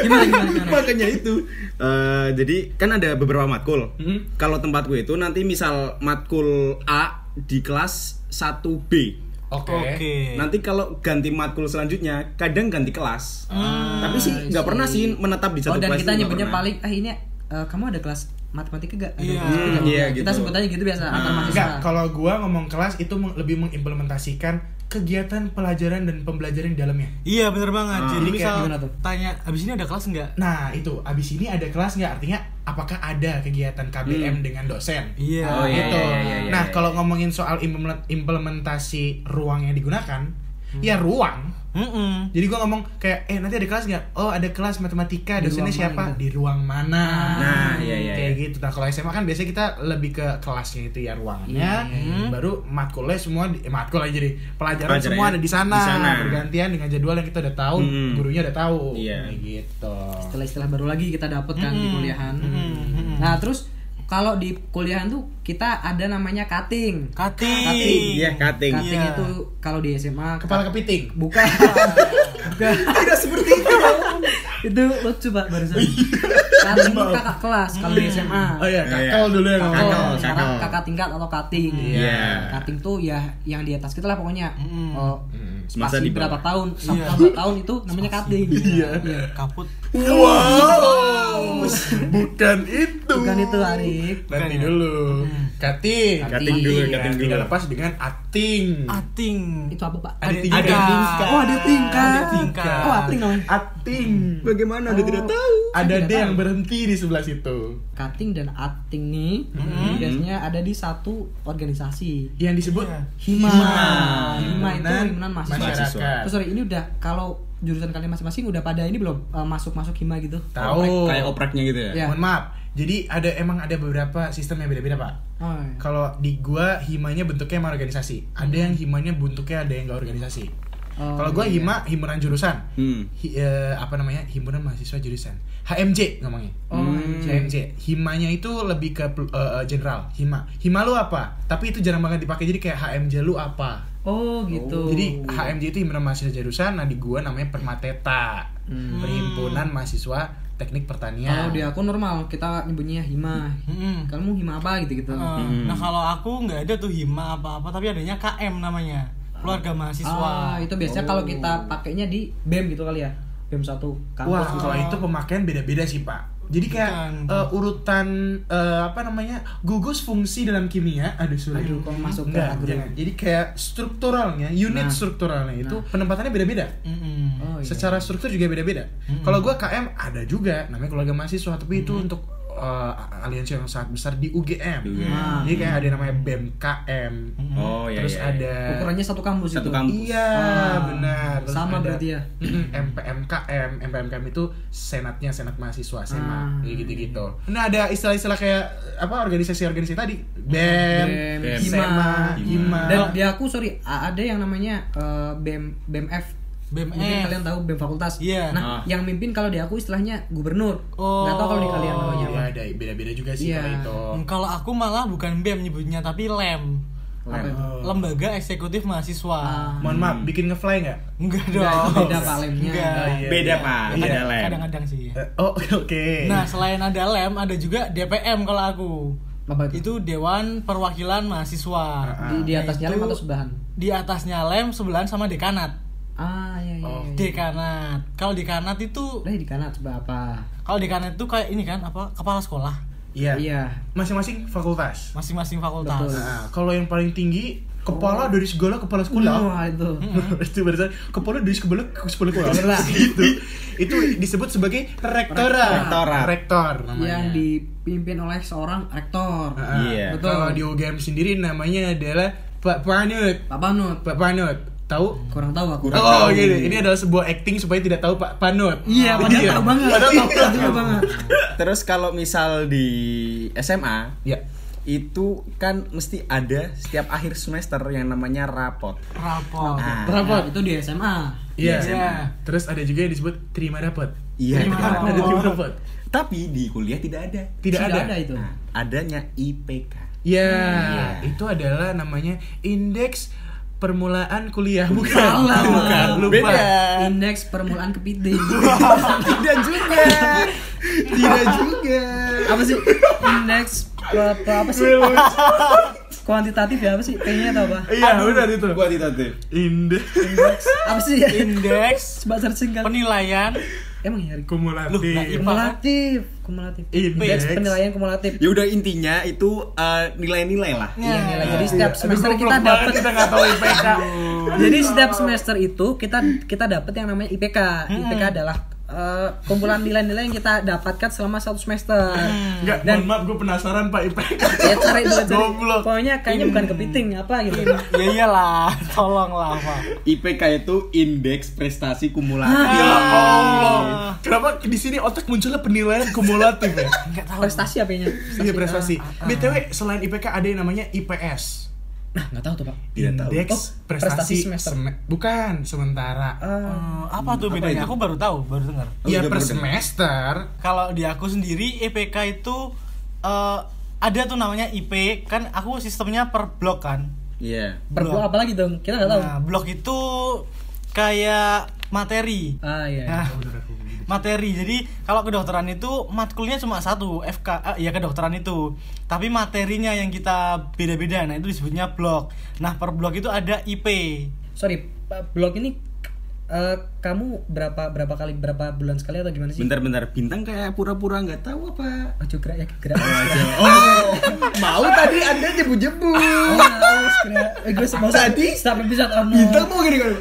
Speaker 1: Gimana gimana? gimana?
Speaker 4: Makanya itu. Eh, jadi kan ada beberapa matkul.
Speaker 2: Hmm.
Speaker 4: Kalau tempatku itu nanti misal matkul A di kelas 1B.
Speaker 2: Oke.
Speaker 3: Oke.
Speaker 4: Nanti kalau ganti matkul selanjutnya kadang ganti kelas. Tapi sih nggak
Speaker 1: Ah, I
Speaker 4: pernah
Speaker 1: see.
Speaker 4: sih menetap di
Speaker 1: oh
Speaker 4: satu
Speaker 1: dan kita
Speaker 4: kelas. itu nggak
Speaker 1: nyebutnya
Speaker 4: pernah.
Speaker 1: paling ah ini eh, kamu ada kelas matematika gak? Ada
Speaker 3: Iya.
Speaker 1: kelas tiga.
Speaker 4: Hmm, iya,
Speaker 1: Kita
Speaker 4: gitu.
Speaker 1: sebut aja gitu biasa antar
Speaker 4: Nah.
Speaker 1: mahasiswa.
Speaker 2: Enggak, kalau gua ngomong kelas itu meng- lebih mengimplementasikan kegiatan pelajaran dan pembelajaran di dalamnya.
Speaker 3: Iya bener banget.
Speaker 4: Ah,
Speaker 3: Jadi
Speaker 2: ini kayak
Speaker 3: misal
Speaker 1: gimana tuh?
Speaker 3: tanya abis ini ada kelas nggak?
Speaker 2: Nah itu abis ini ada kelas nggak? Artinya apakah ada kegiatan KBM dengan dosen?
Speaker 3: Iya.
Speaker 4: Oh, Hmm. iya,
Speaker 2: gitu.
Speaker 4: iya, iya, iya,
Speaker 2: nah
Speaker 4: iya.
Speaker 2: kalau ngomongin soal implement- implementasi ruang yang digunakan,
Speaker 4: Hmm.
Speaker 2: ya ruang.
Speaker 3: Mm-mm.
Speaker 2: Jadi gua ngomong kayak eh nanti ada kelas nggak? Oh ada kelas matematika.
Speaker 1: Di
Speaker 2: Dosennya
Speaker 1: ruang
Speaker 2: siapa?
Speaker 1: mana?
Speaker 2: Di ruang mana?
Speaker 4: Nah, iya, iya,
Speaker 2: Kayak
Speaker 4: iya.
Speaker 2: gitu. Nah kalau SMA kan biasanya kita lebih ke kelasnya itu ya ruangannya.
Speaker 1: Iya,
Speaker 3: iya.
Speaker 2: Baru matkulnya semua di, eh, matkul aja jadi pelajaran
Speaker 4: Pelajaran
Speaker 2: semua
Speaker 4: ya,
Speaker 2: ada di sana.
Speaker 4: di sana.
Speaker 2: Bergantian dengan jadwal yang kita udah tahu,
Speaker 4: Hmm.
Speaker 2: gurunya udah tahu.
Speaker 4: Iya.
Speaker 2: Kayak gitu.
Speaker 1: istilah-istilah baru lagi kita dapat kan di
Speaker 3: Mm-mm.
Speaker 1: kuliahan.
Speaker 3: Mm-mm. Mm-mm.
Speaker 1: Nah, terus kalau di kuliahan tuh kita ada namanya cutting.
Speaker 3: Cutting.
Speaker 1: Cutting,
Speaker 4: Iya, cutting.
Speaker 1: Cutting
Speaker 3: Iya.
Speaker 1: itu kalau di SMA
Speaker 2: Kepala kepiting.
Speaker 1: bukan. bukan.
Speaker 4: Tidak seperti itu. Oh,
Speaker 1: itu lucu pak barusan. Cutting itu kakak kelas kalau di SMA.
Speaker 2: Oh iya,
Speaker 4: Iya.
Speaker 2: kakel dulu ya
Speaker 1: Kakak,
Speaker 4: Kakak,
Speaker 2: ngomong.
Speaker 1: sekarang
Speaker 4: kakak.
Speaker 1: kakak tingkat atau cutting.
Speaker 4: Iya.
Speaker 1: Cutting tuh ya yang di atas kita lah pokoknya.
Speaker 3: Mm-mm.
Speaker 1: Oh,
Speaker 4: Semasa
Speaker 1: spasi
Speaker 4: di bawah.
Speaker 1: berapa tahun, sampai
Speaker 3: Iya.
Speaker 1: berapa tahun itu namanya cutting.
Speaker 2: Iya.
Speaker 1: Iya.
Speaker 3: Kaput.
Speaker 2: Wow, bukan itu.
Speaker 1: Bukan Kan itu, Arif.
Speaker 2: Nanti
Speaker 3: Bukan ya?
Speaker 2: dulu. Kating.
Speaker 4: Cutting dulu,
Speaker 1: Iya.
Speaker 4: cutting dulu.
Speaker 2: Tidak lepas dengan acting.
Speaker 3: Ating.
Speaker 1: Itu apa pak?
Speaker 2: Ada
Speaker 3: Ada
Speaker 2: tiga
Speaker 3: tingkat.
Speaker 2: tingkat.
Speaker 1: Oh ada tingkat.
Speaker 3: Ada tingkat.
Speaker 1: Oh acting namanya.
Speaker 2: Acting.
Speaker 4: Hmm. Bagaimana dia tidak tahu?
Speaker 2: Oh. Ada
Speaker 1: Tidak
Speaker 2: D yang
Speaker 1: tahu.
Speaker 2: berhenti di sebelah situ.
Speaker 1: Cutting dan acting nih biasanya ada di satu organisasi.
Speaker 2: Yang disebut
Speaker 3: Iya.
Speaker 1: Hima. Hima itu
Speaker 2: Himpunan
Speaker 1: himpunan mahasiswa.
Speaker 4: Mahasiswa.
Speaker 2: masyarakat.
Speaker 1: Oh, sorry ini udah kalau jurusan kalian masing-masing udah pada ini belum masuk masuk hima gitu.
Speaker 2: Tahu.
Speaker 4: Kayak opreknya gitu ya.
Speaker 1: Iya.
Speaker 2: Mohon maaf. Jadi ada emang ada beberapa sistem yang beda-beda, Pak.
Speaker 3: Hmm.
Speaker 1: Oh, iya.
Speaker 2: Kalau di gua himanya bentuknya emang organisasi.
Speaker 3: Hmm.
Speaker 2: Ada yang himanya bentuknya ada yang gak organisasi.
Speaker 1: Oh,
Speaker 2: Kalau gua
Speaker 1: iya.
Speaker 2: hima himpunan jurusan.
Speaker 4: Hmm.
Speaker 2: Hi- eh, apa namanya? Himpunan mahasiswa jurusan. HMJ ngomongnya.
Speaker 1: Oh,
Speaker 4: Hmm.
Speaker 1: anjay.
Speaker 2: HMJ. Himanya itu lebih ke pl- eh, eh, general. Hima. Hima lu apa? Tapi itu jarang banget dipakai. Jadi kayak HMJ lu apa?
Speaker 1: oh gitu.
Speaker 2: Jadi HMJ itu himpunan mahasiswa jurusan. Nah di gua namanya Permateta.
Speaker 1: Hmm.
Speaker 2: Perhimpunan mahasiswa Teknik
Speaker 1: kalau Oh,
Speaker 2: Pertanian.
Speaker 1: di aku normal kita nyebutnya hima.
Speaker 3: Mm-mm.
Speaker 1: Kamu hima apa gitu gitu.
Speaker 3: Eh,
Speaker 2: Ah,
Speaker 3: Nah kalau aku nggak ada tuh hima apa-apa tapi adanya KM namanya keluarga
Speaker 1: Ah,
Speaker 3: mahasiswa.
Speaker 1: itu biasanya kalau kita pakainya di BEM gitu kali ya. BEM satu kampus.
Speaker 2: Oh. Wah,
Speaker 1: gitu.
Speaker 2: kalau itu pemakaian beda-beda sih, Pak. Jadi kayak
Speaker 3: Bukan.
Speaker 2: eh, urutan eh, apa namanya? gugus fungsi dalam kimia. Aduh, sulit.
Speaker 1: Aduh, kok masuk ke
Speaker 2: Enggak,
Speaker 1: agro.
Speaker 2: jangan. Jadi kayak strukturalnya,
Speaker 1: Nah.
Speaker 2: unit strukturalnya itu penempatannya beda-beda.
Speaker 1: Oh,
Speaker 3: Mm-mm.
Speaker 1: iya.
Speaker 2: Secara struktur juga beda-beda. Kalau gua KM ada juga namanya keluarga mahasiswa, tapi itu untuk eh, aliansi yang sangat besar Hmm. di UGM.
Speaker 4: Di UGM.
Speaker 1: Nah.
Speaker 2: Jadi kayak ada yang namanya BMKM.
Speaker 4: Oh
Speaker 2: Hmm.
Speaker 4: iya.
Speaker 2: Terus
Speaker 4: iya, iya.
Speaker 2: ada
Speaker 1: ukurannya satu kampus
Speaker 4: Satu
Speaker 1: itu.
Speaker 4: kampus.
Speaker 2: Iya,
Speaker 1: Ah,
Speaker 2: benar. Terus
Speaker 1: sama berarti ya?
Speaker 2: Mm-mm, MPMKM, MPMKM itu senatnya senat mahasiswa, sema,
Speaker 1: Ah.
Speaker 2: kayak gitu-gitu. Nah, ada istilah-istilah kayak apa organisasi-organisasi tadi, BEM,
Speaker 1: Ah, BEM,
Speaker 4: BEM,
Speaker 2: SEMA,
Speaker 1: Hima.
Speaker 2: HIMA.
Speaker 1: Dan di aku sorry, a- ada yang namanya eh, BEM BMF.
Speaker 2: E
Speaker 3: BEM
Speaker 1: Mungkin kalian tahu BEM fakultas.
Speaker 3: Iya.
Speaker 1: Nah,
Speaker 4: Ah.
Speaker 1: yang mimpin kalau di aku istilahnya gubernur.
Speaker 3: Oh.
Speaker 1: Nggak tahu kalau di kalian
Speaker 2: Oh,
Speaker 1: namanya
Speaker 2: iya,
Speaker 1: apa.
Speaker 2: ada beda-beda juga sih
Speaker 1: Iya.
Speaker 2: kalau itu.
Speaker 3: Mm, Kalau aku malah bukan BEM nyebutnya tapi LEM.
Speaker 4: iya.
Speaker 2: Oh.
Speaker 1: Apa itu?
Speaker 3: Lembaga Eksekutif Mahasiswa.
Speaker 1: Oh. Ah,
Speaker 2: Mohon maaf, bikin ngefly nggak?
Speaker 3: Enggak dong.
Speaker 1: Enggak, itu beda, Pak, lemnya.
Speaker 3: Enggak.
Speaker 2: Oh, iya,
Speaker 4: Beda,
Speaker 2: iya.
Speaker 4: Pak.
Speaker 2: Iya.
Speaker 4: Ada lem.
Speaker 3: Kadang-kadang sih.
Speaker 2: Eh, oh, oke.
Speaker 3: Nah, selain ada lem, ada juga DPM kalau aku.
Speaker 1: apa itu?
Speaker 3: Itu Dewan Perwakilan Mahasiswa. Nah,
Speaker 2: Ah,
Speaker 1: Di, di atasnya
Speaker 3: Itu-
Speaker 1: lem atau sebelahan?
Speaker 3: Di atasnya lem, sebelahan sama dekanat.
Speaker 1: Ah, iya iya.
Speaker 2: Oh.
Speaker 1: iya.
Speaker 3: Dekanat. Kalau dekanat itu
Speaker 1: Udah di kanan coba apa?
Speaker 3: kalau dekanat itu kayak ini kan apa? Kepala sekolah
Speaker 2: iya.
Speaker 1: Iya.
Speaker 2: Masing-masing fakultas.
Speaker 3: masing-masing
Speaker 1: Betul.
Speaker 3: fakultas.
Speaker 2: Nah, kalau yang paling tinggi kepala dari segala kepala sekolah.
Speaker 1: Oh. Wah, iya. itu.
Speaker 2: Hmm, itu berarti kepala dari sebelah ke sebelah kurang
Speaker 1: Sebelah.
Speaker 2: gitu itu disebut sebagai rektorat
Speaker 4: Rektorat.
Speaker 2: rektor namanya
Speaker 1: Yang dipimpin oleh seorang rektor.
Speaker 2: Ah,
Speaker 4: Iya.
Speaker 1: Betul.
Speaker 2: kalau di UGM sendiri namanya adalah Pak Panut
Speaker 1: Pak Panut.
Speaker 2: Pak Panut tahu
Speaker 1: Kurang tahu aku.
Speaker 4: Kurang
Speaker 2: oh
Speaker 4: tahu.
Speaker 2: gini ini adalah sebuah acting supaya tidak tahu Pak Panut Oh,
Speaker 1: Iya, padahal tahu banget.
Speaker 2: padahal tahu
Speaker 1: Iya, tahu banget.
Speaker 4: Terus kalau misal di SMA
Speaker 2: ya
Speaker 4: itu kan mesti ada setiap akhir semester yang namanya rapot.
Speaker 3: Rapor.
Speaker 4: Ah.
Speaker 1: Rapot itu di SMA.
Speaker 2: Iya.
Speaker 3: Iya.
Speaker 2: Terus ada juga yang disebut terima dapat.
Speaker 4: Iya.
Speaker 3: Terima
Speaker 4: ada.
Speaker 2: Ada terima dapat.
Speaker 4: Tapi di kuliah tidak ada.
Speaker 2: Tidak,
Speaker 1: Sudah
Speaker 2: ada.
Speaker 1: ada itu.
Speaker 4: Nah, adanya
Speaker 2: Ya,
Speaker 4: IPK. Iya.
Speaker 2: itu adalah namanya indeks permulaan kuliah bukan?
Speaker 1: Salah.
Speaker 2: bukan. Lupa.
Speaker 4: Beda.
Speaker 1: Indeks permulaan kepiting.
Speaker 4: Tidak juga. Tidak juga.
Speaker 1: apa sih? Indeks pe- pe- apa sih? Kuantitatif ya apa sih? Kayaknya atau apa?
Speaker 2: Iya, benar itu.
Speaker 4: Kuantitatif.
Speaker 2: Indeks
Speaker 1: Apa sih?
Speaker 2: Iya.
Speaker 3: Indeks
Speaker 1: Coba searching kan.
Speaker 3: penilaian
Speaker 1: Emang ya? Rick?
Speaker 2: kumulatif
Speaker 3: Loh, nah, iya.
Speaker 1: Kumulatif, kumulatif.
Speaker 2: Indeks.
Speaker 1: Indeks penilaian kumulatif.
Speaker 4: ya udah intinya itu eh, nilai-nilai lah
Speaker 1: Iya, nilai. Jadi setiap
Speaker 2: Aduh,
Speaker 1: semester
Speaker 2: goblok
Speaker 1: kita
Speaker 2: banget,
Speaker 1: dapat
Speaker 2: kita nggak tahu IPK
Speaker 1: Jadi setiap semester itu kita kita dapat yang namanya IPK. IPK adalah eh, kumpulan nilai-nilai yang kita dapatkan selama satu semester.
Speaker 2: Enggak,
Speaker 1: Dan-
Speaker 2: mohon maaf gue penasaran Pak IPK.
Speaker 1: Ya cari dulu cari.
Speaker 2: Goblok.
Speaker 1: Pokoknya kayaknya bukan kepiting apa gitu.
Speaker 3: ya iyalah tolong lah pak
Speaker 4: IPK itu indeks prestasi kumulatif
Speaker 2: Ya Allah. Kenapa di sini otak munculnya penilaian kumulatif ya?
Speaker 3: nggak tahu
Speaker 1: Prestasi apa ya?
Speaker 2: Iya prestasi. BTW selain IPK ada yang namanya IPS.
Speaker 1: Nah, nggak tahu tuh, Pak.
Speaker 4: Tidak tahu.
Speaker 2: Indeks
Speaker 1: Oh, prestasi
Speaker 2: prestasi,
Speaker 1: semester. Oh,
Speaker 2: seme- bukan sementara.
Speaker 3: Eh, apa tuh
Speaker 4: Apa
Speaker 3: bedanya
Speaker 4: itu?
Speaker 3: aku baru tahu baru dengar
Speaker 4: Oh,
Speaker 2: Iya
Speaker 4: udah
Speaker 2: per
Speaker 4: baru dengar.
Speaker 2: semester.
Speaker 3: kalau di aku sendiri IPK itu eh, ada tuh namanya IP kan aku sistemnya per blok kan
Speaker 4: Iya.
Speaker 1: Perbu apa lagi dong? Kita nggak tahu.
Speaker 3: nah blok itu kayak materi
Speaker 1: Ah iya.
Speaker 2: Ya,
Speaker 3: Nah, materi jadi kalau kedokteran itu matkulnya cuma satu FK eh, ya kedokteran itu tapi materinya yang kita beda-beda nah itu disebutnya blok nah per blok itu ada IP
Speaker 1: Sorry, Pak, blog ini eh, kamu berapa berapa kali berapa bulan sekali atau gimana sih?
Speaker 4: Bentar-bentar bintang kayak pura-pura nggak tahu apa.
Speaker 1: Ojo gerak ya gerak.
Speaker 4: Oh, aja. Oh, mau tadi Anda jebu-jebu.
Speaker 1: Oh, harus gerak. Eh, gue mau tadi stop episode oh, on.
Speaker 4: Bintang mau gini kan.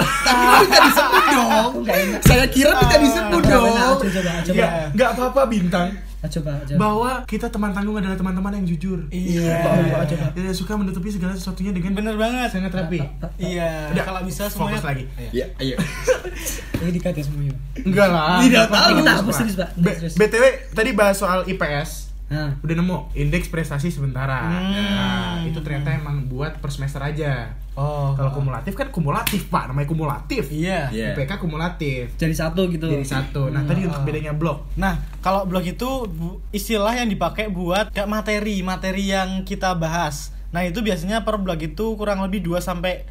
Speaker 4: Tapi kan minta disebut dong.
Speaker 1: Enggak enak.
Speaker 4: Saya
Speaker 1: Ah,
Speaker 4: kira minta disebut dong. Iya.
Speaker 1: Coba coba coba. Ah,
Speaker 2: Enggak, enggak apa-apa bintang.
Speaker 1: Coba coba.
Speaker 2: Bahwa kita teman tanggung adalah teman-teman yang jujur.
Speaker 3: iya
Speaker 2: Tidak suka menutupi segala sesuatunya dengan
Speaker 3: bener banget
Speaker 2: sangat rapi.
Speaker 3: iya
Speaker 2: Udah,
Speaker 3: kalau bisa
Speaker 2: fokus
Speaker 3: semuanya Iya.
Speaker 2: lagi. Iya.
Speaker 4: Ya, ayo.
Speaker 1: Ini dikat ya semuanya.
Speaker 2: Enggak lah.
Speaker 4: Tidak
Speaker 1: tahu. Kita
Speaker 2: Terus,
Speaker 1: hapus
Speaker 2: Pak.
Speaker 1: terus, Pak.
Speaker 2: B-
Speaker 1: Terus.
Speaker 2: BTW tadi bahas soal IPS.
Speaker 1: Nah,
Speaker 2: Udah nemu indeks prestasi sementara. Nah, itu ternyata emang buat per semester aja.
Speaker 3: oh
Speaker 2: Kalau kumulatif kan kumulatif, Pak. Namanya kumulatif.
Speaker 3: iya
Speaker 4: Iya.
Speaker 2: IPK kumulatif.
Speaker 1: jadi satu gitu.
Speaker 2: Jadi satu. Nah, tadi untuk bedanya blok.
Speaker 3: Nah, kalau blog itu bu- istilah yang dipakai buat kayak materi, materi yang kita bahas. Nah, itu biasanya per blog itu kurang lebih 2 sampai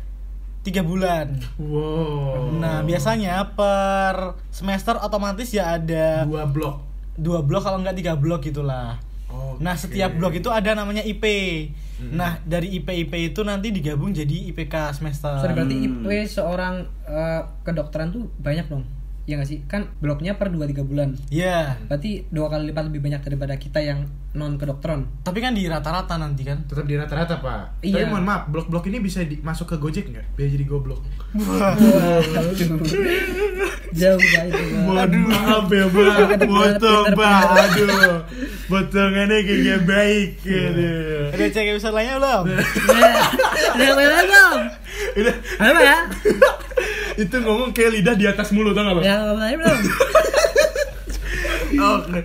Speaker 3: 3 bulan.
Speaker 2: Wow.
Speaker 3: Nah, biasanya per semester otomatis ya ada
Speaker 2: dua blok.
Speaker 3: dua blok kalau nggak tiga blok gitulah.
Speaker 2: Oke. Hmm.
Speaker 3: Nah, setiap blok itu ada namanya IP. Nah, dari IP-IP itu nanti digabung jadi IPK semester.
Speaker 1: Sorry, berarti IP
Speaker 2: hmm.
Speaker 1: seorang eh, kedokteran tuh banyak dong. Ya nggak sih? Kan bloknya per 2-3 bulan.
Speaker 3: Iya.
Speaker 1: Berarti dua kali lipat lebih banyak daripada kita yang non kedokteran.
Speaker 3: Tapi kan di rata-rata nanti kan.
Speaker 2: tetap di rata-rata, Pak.
Speaker 1: Iya.
Speaker 2: Tapi mohon maaf, blok-blok ini bisa di- masuk ke Gojek nggak? Biar jadi goblok.
Speaker 1: Jauh banget. Bang.
Speaker 2: Waduh, maaf ya, Pak. Potong, Pak. Aduh. Potongannya kayak baik. gitu. Aduh.
Speaker 3: Ada cek episode lainnya belum?
Speaker 4: Nah,
Speaker 1: Udah apa lagi belum?
Speaker 2: Udah,
Speaker 1: Apa ya?
Speaker 2: itu ngomong kayak lidah di atas mulut tau gak
Speaker 1: Udah apa lagi belum?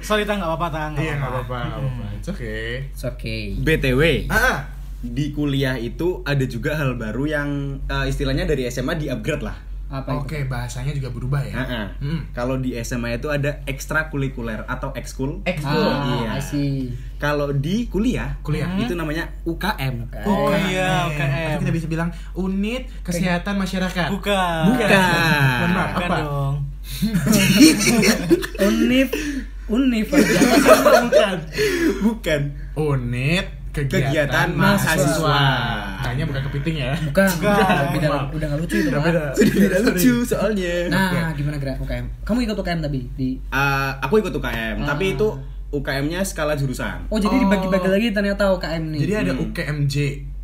Speaker 3: Sorry, Tang, nggak apa-apa, Tang. nggak
Speaker 2: Oh, Iya nggak apa-apa, nggak apa-apa. It's okay.
Speaker 1: It's okay.
Speaker 4: BTW,
Speaker 2: Ah,
Speaker 4: di kuliah itu ada juga hal baru yang eh, istilahnya dari SMA di-upgrade lah.
Speaker 1: Apa
Speaker 2: oke
Speaker 1: itu?
Speaker 2: bahasanya juga berubah ya.
Speaker 4: Heeh.
Speaker 2: Hmm.
Speaker 4: Kalau di SMA itu ada ekstrakurikuler atau ekskul.
Speaker 2: Ekskul.
Speaker 1: Ah,
Speaker 4: Iya.
Speaker 1: I see.
Speaker 4: Kalau di kuliah,
Speaker 2: Kuliah.
Speaker 4: itu namanya UKM.
Speaker 3: Oh
Speaker 2: UKM.
Speaker 3: iya, UKM.
Speaker 2: Tapi kita bisa bilang unit kesehatan masyarakat.
Speaker 3: Bukan.
Speaker 2: Mohon maaf,
Speaker 3: Bukan
Speaker 2: apa?
Speaker 3: dong.
Speaker 1: Unif, unif.
Speaker 4: bukan bukan
Speaker 2: Unit kegiatan,
Speaker 4: Kegiatan
Speaker 2: mahasiswa.
Speaker 4: mahasiswa.
Speaker 2: Kayaknya bukan kepiting ya.
Speaker 1: Bukan,
Speaker 3: Bukan.
Speaker 1: beda, udah nggak lucu itu.
Speaker 2: Udah
Speaker 1: Pak.
Speaker 2: beda.
Speaker 4: sudah tidak
Speaker 2: Sorry.
Speaker 4: lucu soalnya
Speaker 1: Ah, Nah, gimana gerak UKM? Kamu ikut UKM tapi di
Speaker 4: Eh, aku ikut UKM
Speaker 2: Hmm.
Speaker 4: tapi itu UKM-nya skala jurusan
Speaker 1: Oh, jadi
Speaker 2: Oh.
Speaker 1: dibagi-bagi lagi ternyata UKM nih.
Speaker 2: Jadi ada UKMJ.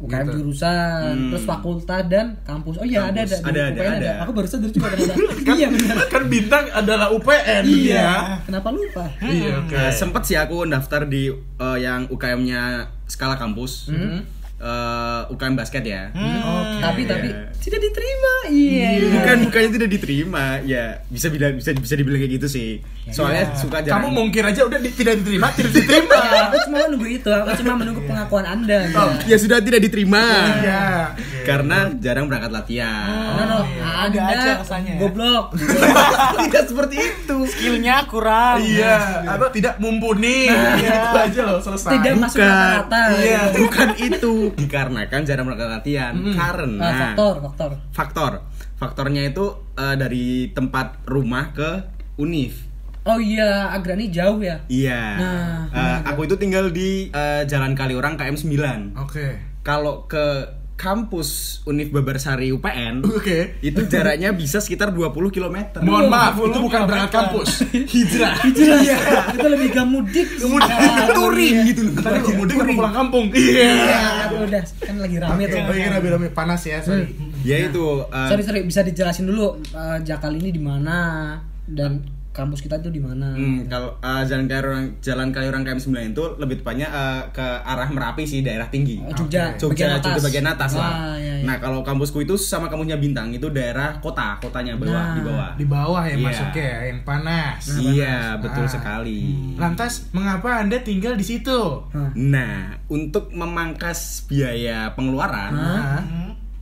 Speaker 1: UKM
Speaker 2: gitu.
Speaker 1: jurusan,
Speaker 4: Hmm.
Speaker 1: terus fakultas dan kampus. Oh iya ada ada
Speaker 4: Kampus. Ada,
Speaker 1: Di
Speaker 4: ada,
Speaker 1: UPN
Speaker 4: ada.
Speaker 1: Aku baru sadar juga ternyata. iya benar.
Speaker 2: Kan bintang adalah UPN
Speaker 1: Iya.
Speaker 2: ya.
Speaker 1: Kenapa lupa?
Speaker 2: Iya, oke.
Speaker 4: Eh, sempet sih aku daftar di eh, yang UKM-nya skala kampus
Speaker 2: Hmm.
Speaker 4: Eh, UKM basket ya
Speaker 3: Hmm,
Speaker 2: Oke.
Speaker 1: tapi tapi tidak diterima. Iya.
Speaker 4: bukan bukannya tidak diterima ya bisa bilang bisa bisa dibilang kayak gitu sih soalnya suka jarang
Speaker 2: Ya, Kamu mungkin aja udah di- tidak diterima, tidak diterima.
Speaker 1: Ya, aku cuma menunggu itu. Aku cuma menunggu pengakuan Anda. ya.
Speaker 4: ya sudah tidak diterima
Speaker 2: Iya.
Speaker 4: karena jarang berangkat latihan
Speaker 1: No, no,
Speaker 3: Ada
Speaker 1: Anda
Speaker 3: aja rasanya.
Speaker 1: Goblok.
Speaker 2: Oh.
Speaker 4: tidak seperti itu
Speaker 3: Skillnya kurang.
Speaker 2: Iya, apa tidak mumpuni. Iya, itu aja loh selesai.
Speaker 1: Tidak masuk Ah, rata-rata.
Speaker 4: Iya, bukan itu. Dikarenakan jarang melakukan latihan
Speaker 2: Hmm.
Speaker 4: karena
Speaker 1: Ah, faktor, faktor.
Speaker 4: faktor. Faktornya itu eh, dari tempat rumah ke Unif.
Speaker 1: Oh iya, Agrani jauh ya.
Speaker 4: Iya.
Speaker 1: Nah, Oh.
Speaker 4: Eh, aku itu tinggal di eh, Jalan Kaliurang KM 9.
Speaker 2: Oke.
Speaker 4: Kalau ke kampus Unif Babarsari UPN
Speaker 2: Oke.
Speaker 4: itu jaraknya bisa sekitar 20 km
Speaker 2: Mohon maaf, itu
Speaker 3: 20
Speaker 2: bukan berangkat
Speaker 3: kilometer.
Speaker 2: kampus. Hijrah.
Speaker 1: Hijrah. Iya. Itu lebih gak mudik. Ah,
Speaker 2: Kemudian touring gitu loh. Tadi gua mudik mau pulang kampung. Iya.
Speaker 1: Ya, udah kan lagi rame
Speaker 2: Oke,
Speaker 1: tuh.
Speaker 2: oh iya, rame-rame panas ya, sorry.
Speaker 4: ya itu eh,
Speaker 1: Nah, Sorry sorry bisa dijelasin dulu eh, Jakal ini di mana dan kampus kita tuh di mana.
Speaker 4: Hmm, kalau eh, jalan kayu orang jalan kayu orang KM 9 itu lebih tepatnya eh, ke arah Merapi sih daerah tinggi.
Speaker 1: Oh, Jogja,
Speaker 4: Jogja,
Speaker 1: bagian atas.
Speaker 4: Jogja bagian atas lah.
Speaker 1: Ah, iya, iya.
Speaker 4: Nah, kalau kampusku itu sama kampusnya Bintang itu daerah kota, kotanya
Speaker 1: Nah.
Speaker 4: bawah di bawah.
Speaker 2: Di bawah ya
Speaker 4: Iya.
Speaker 2: masuknya ya, yang panas.
Speaker 4: iya,
Speaker 2: Panas.
Speaker 4: betul
Speaker 2: Ah.
Speaker 4: sekali.
Speaker 2: Lantas mengapa Anda tinggal di situ?
Speaker 1: Hah.
Speaker 4: Nah, untuk memangkas biaya pengeluaran,
Speaker 1: Hah?
Speaker 2: Hah?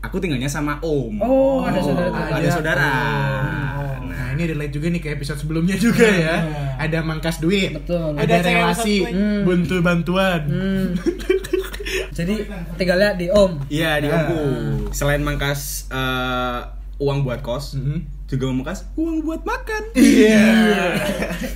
Speaker 4: aku tinggalnya sama Om.
Speaker 1: Oh, ada saudara.
Speaker 4: ada saudara.
Speaker 2: Oh. Nah, ini relate juga nih ke episode sebelumnya juga ya.
Speaker 4: Iya.
Speaker 2: Ada mangkas duit.
Speaker 1: Betul.
Speaker 2: Ada
Speaker 3: Ada
Speaker 2: relasi,
Speaker 3: cewek
Speaker 4: Hmm.
Speaker 1: satu.
Speaker 2: buntu bantuan.
Speaker 1: Hmm. Jadi tinggalnya di Om.
Speaker 4: Iya, di Omku. Selain mangkas eh, uang buat kos,
Speaker 2: Hmm.
Speaker 4: juga memangkas uang buat makan.
Speaker 2: Iya.
Speaker 4: Iya.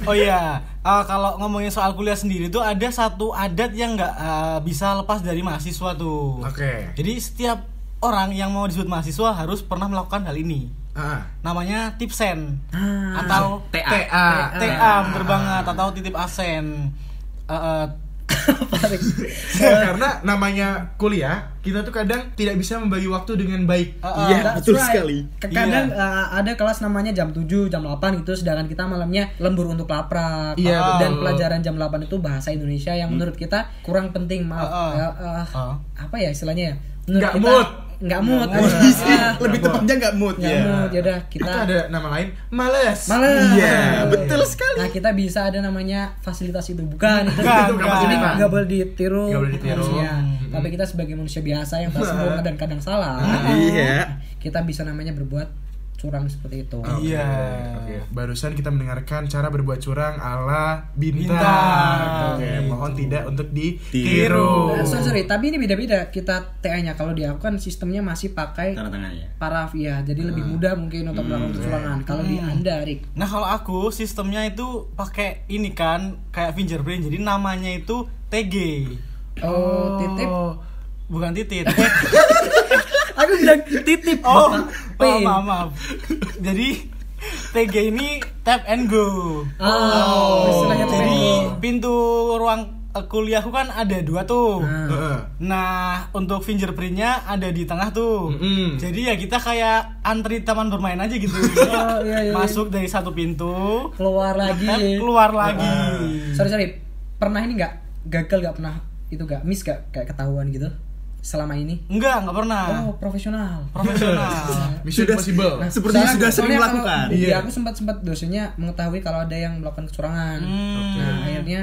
Speaker 3: Oh iya, Eh, kalau ngomongin soal kuliah sendiri tuh ada satu adat yang nggak eh, bisa lepas dari mahasiswa tuh.
Speaker 2: Oke.
Speaker 3: Jadi setiap orang yang mau disebut mahasiswa harus pernah melakukan hal ini.
Speaker 2: Ah.
Speaker 3: Namanya tipsen
Speaker 1: Hmm. Ah.
Speaker 3: atau
Speaker 4: TA.
Speaker 2: TA.
Speaker 3: TA bener banget atau titip asen. Eh, eh,
Speaker 2: Karena namanya kuliah, kita tuh kadang tidak bisa membagi waktu dengan baik.
Speaker 3: eh, eh,
Speaker 4: Iya,
Speaker 1: That's
Speaker 4: betul sekali.
Speaker 1: Nah, Kadang uh, ada kelas namanya jam 7, jam 8 itu sedangkan kita malamnya lembur untuk laprak.
Speaker 2: Iya,
Speaker 1: Uh, dan
Speaker 2: betul.
Speaker 1: pelajaran jam 8 itu bahasa Indonesia yang menurut kita kurang penting, maaf.
Speaker 3: Uh, uh.
Speaker 1: Ya, uh,
Speaker 3: Uh.
Speaker 1: apa ya istilahnya ya?
Speaker 2: Nggak mood.
Speaker 1: Nggak mood.
Speaker 2: mood.
Speaker 1: Ah,
Speaker 2: Iya.
Speaker 4: Lebih tepatnya nggak mood
Speaker 1: nggak mood. Ya udah kita
Speaker 2: Itu ada nama lain, males.
Speaker 1: Males.
Speaker 4: Iya, betul sekali.
Speaker 1: Nah, kita bisa ada namanya fasilitas itu bukan itu
Speaker 3: Bukan,
Speaker 1: itu
Speaker 3: bukan.
Speaker 1: ini nggak boleh ditiru
Speaker 2: Nggak boleh ditiru.
Speaker 1: harusnya.
Speaker 2: Mm-mm.
Speaker 1: Tapi kita sebagai manusia biasa yang tak sempurna dan kadang salah,
Speaker 4: Iya.
Speaker 1: kita bisa namanya berbuat curang seperti itu.
Speaker 2: Oke,
Speaker 3: Iya.
Speaker 2: oke. Barusan kita mendengarkan cara berbuat curang ala bintang.
Speaker 3: Bintang.
Speaker 2: Oke, mohon
Speaker 4: Gitu.
Speaker 2: tidak untuk
Speaker 3: Tiru.
Speaker 2: ditiru.
Speaker 1: Nah, sorry, sorry, tapi ini beda-beda. Kita TA-nya kalau di aku kan sistemnya masih pakai
Speaker 4: Tanda tangan ya.
Speaker 1: paraf ya, jadi lebih mudah mungkin untuk melakukan kecurangan. Kalau di Anda, Rik,
Speaker 3: Nah kalau aku sistemnya itu pakai ini kan kayak fingerprint jadi namanya itu TG
Speaker 1: oh, titip,
Speaker 3: bukan titit.
Speaker 1: aku bilang titip.
Speaker 3: oh,
Speaker 1: Bapak.
Speaker 3: oh maaf, maaf. Jadi TG ini tap and go.
Speaker 1: Oh, istilahnya tap and
Speaker 3: jadi
Speaker 1: go.
Speaker 3: pintu ruang eh, kuliahku kan ada dua tuh.
Speaker 1: Nah.
Speaker 2: Heeh.
Speaker 3: Nah, untuk fingerprintnya ada di tengah tuh.
Speaker 2: Mm-mm.
Speaker 3: Jadi ya kita kayak antri taman bermain aja gitu.
Speaker 1: iya, iya.
Speaker 3: Masuk dari satu pintu,
Speaker 1: keluar lagi. Nah.
Speaker 3: tap, keluar lagi.
Speaker 1: Sorry sorry, pernah ini nggak gagal nggak pernah itu nggak miss nggak kayak ketahuan gitu selama ini?
Speaker 3: Enggak, enggak pernah.
Speaker 1: Oh profesional.
Speaker 3: Profesional.
Speaker 2: Mission
Speaker 4: Sudah-
Speaker 2: possible.
Speaker 1: Nah,
Speaker 4: Sepertinya
Speaker 1: soalnya-
Speaker 4: sudah sering
Speaker 1: soalnya
Speaker 4: melakukan.
Speaker 1: kalau-
Speaker 2: Iya.
Speaker 1: Iya, aku sempat sempat dosennya mengetahui kalau ada yang melakukan kecurangan.
Speaker 3: Hmm.
Speaker 1: Nah akhirnya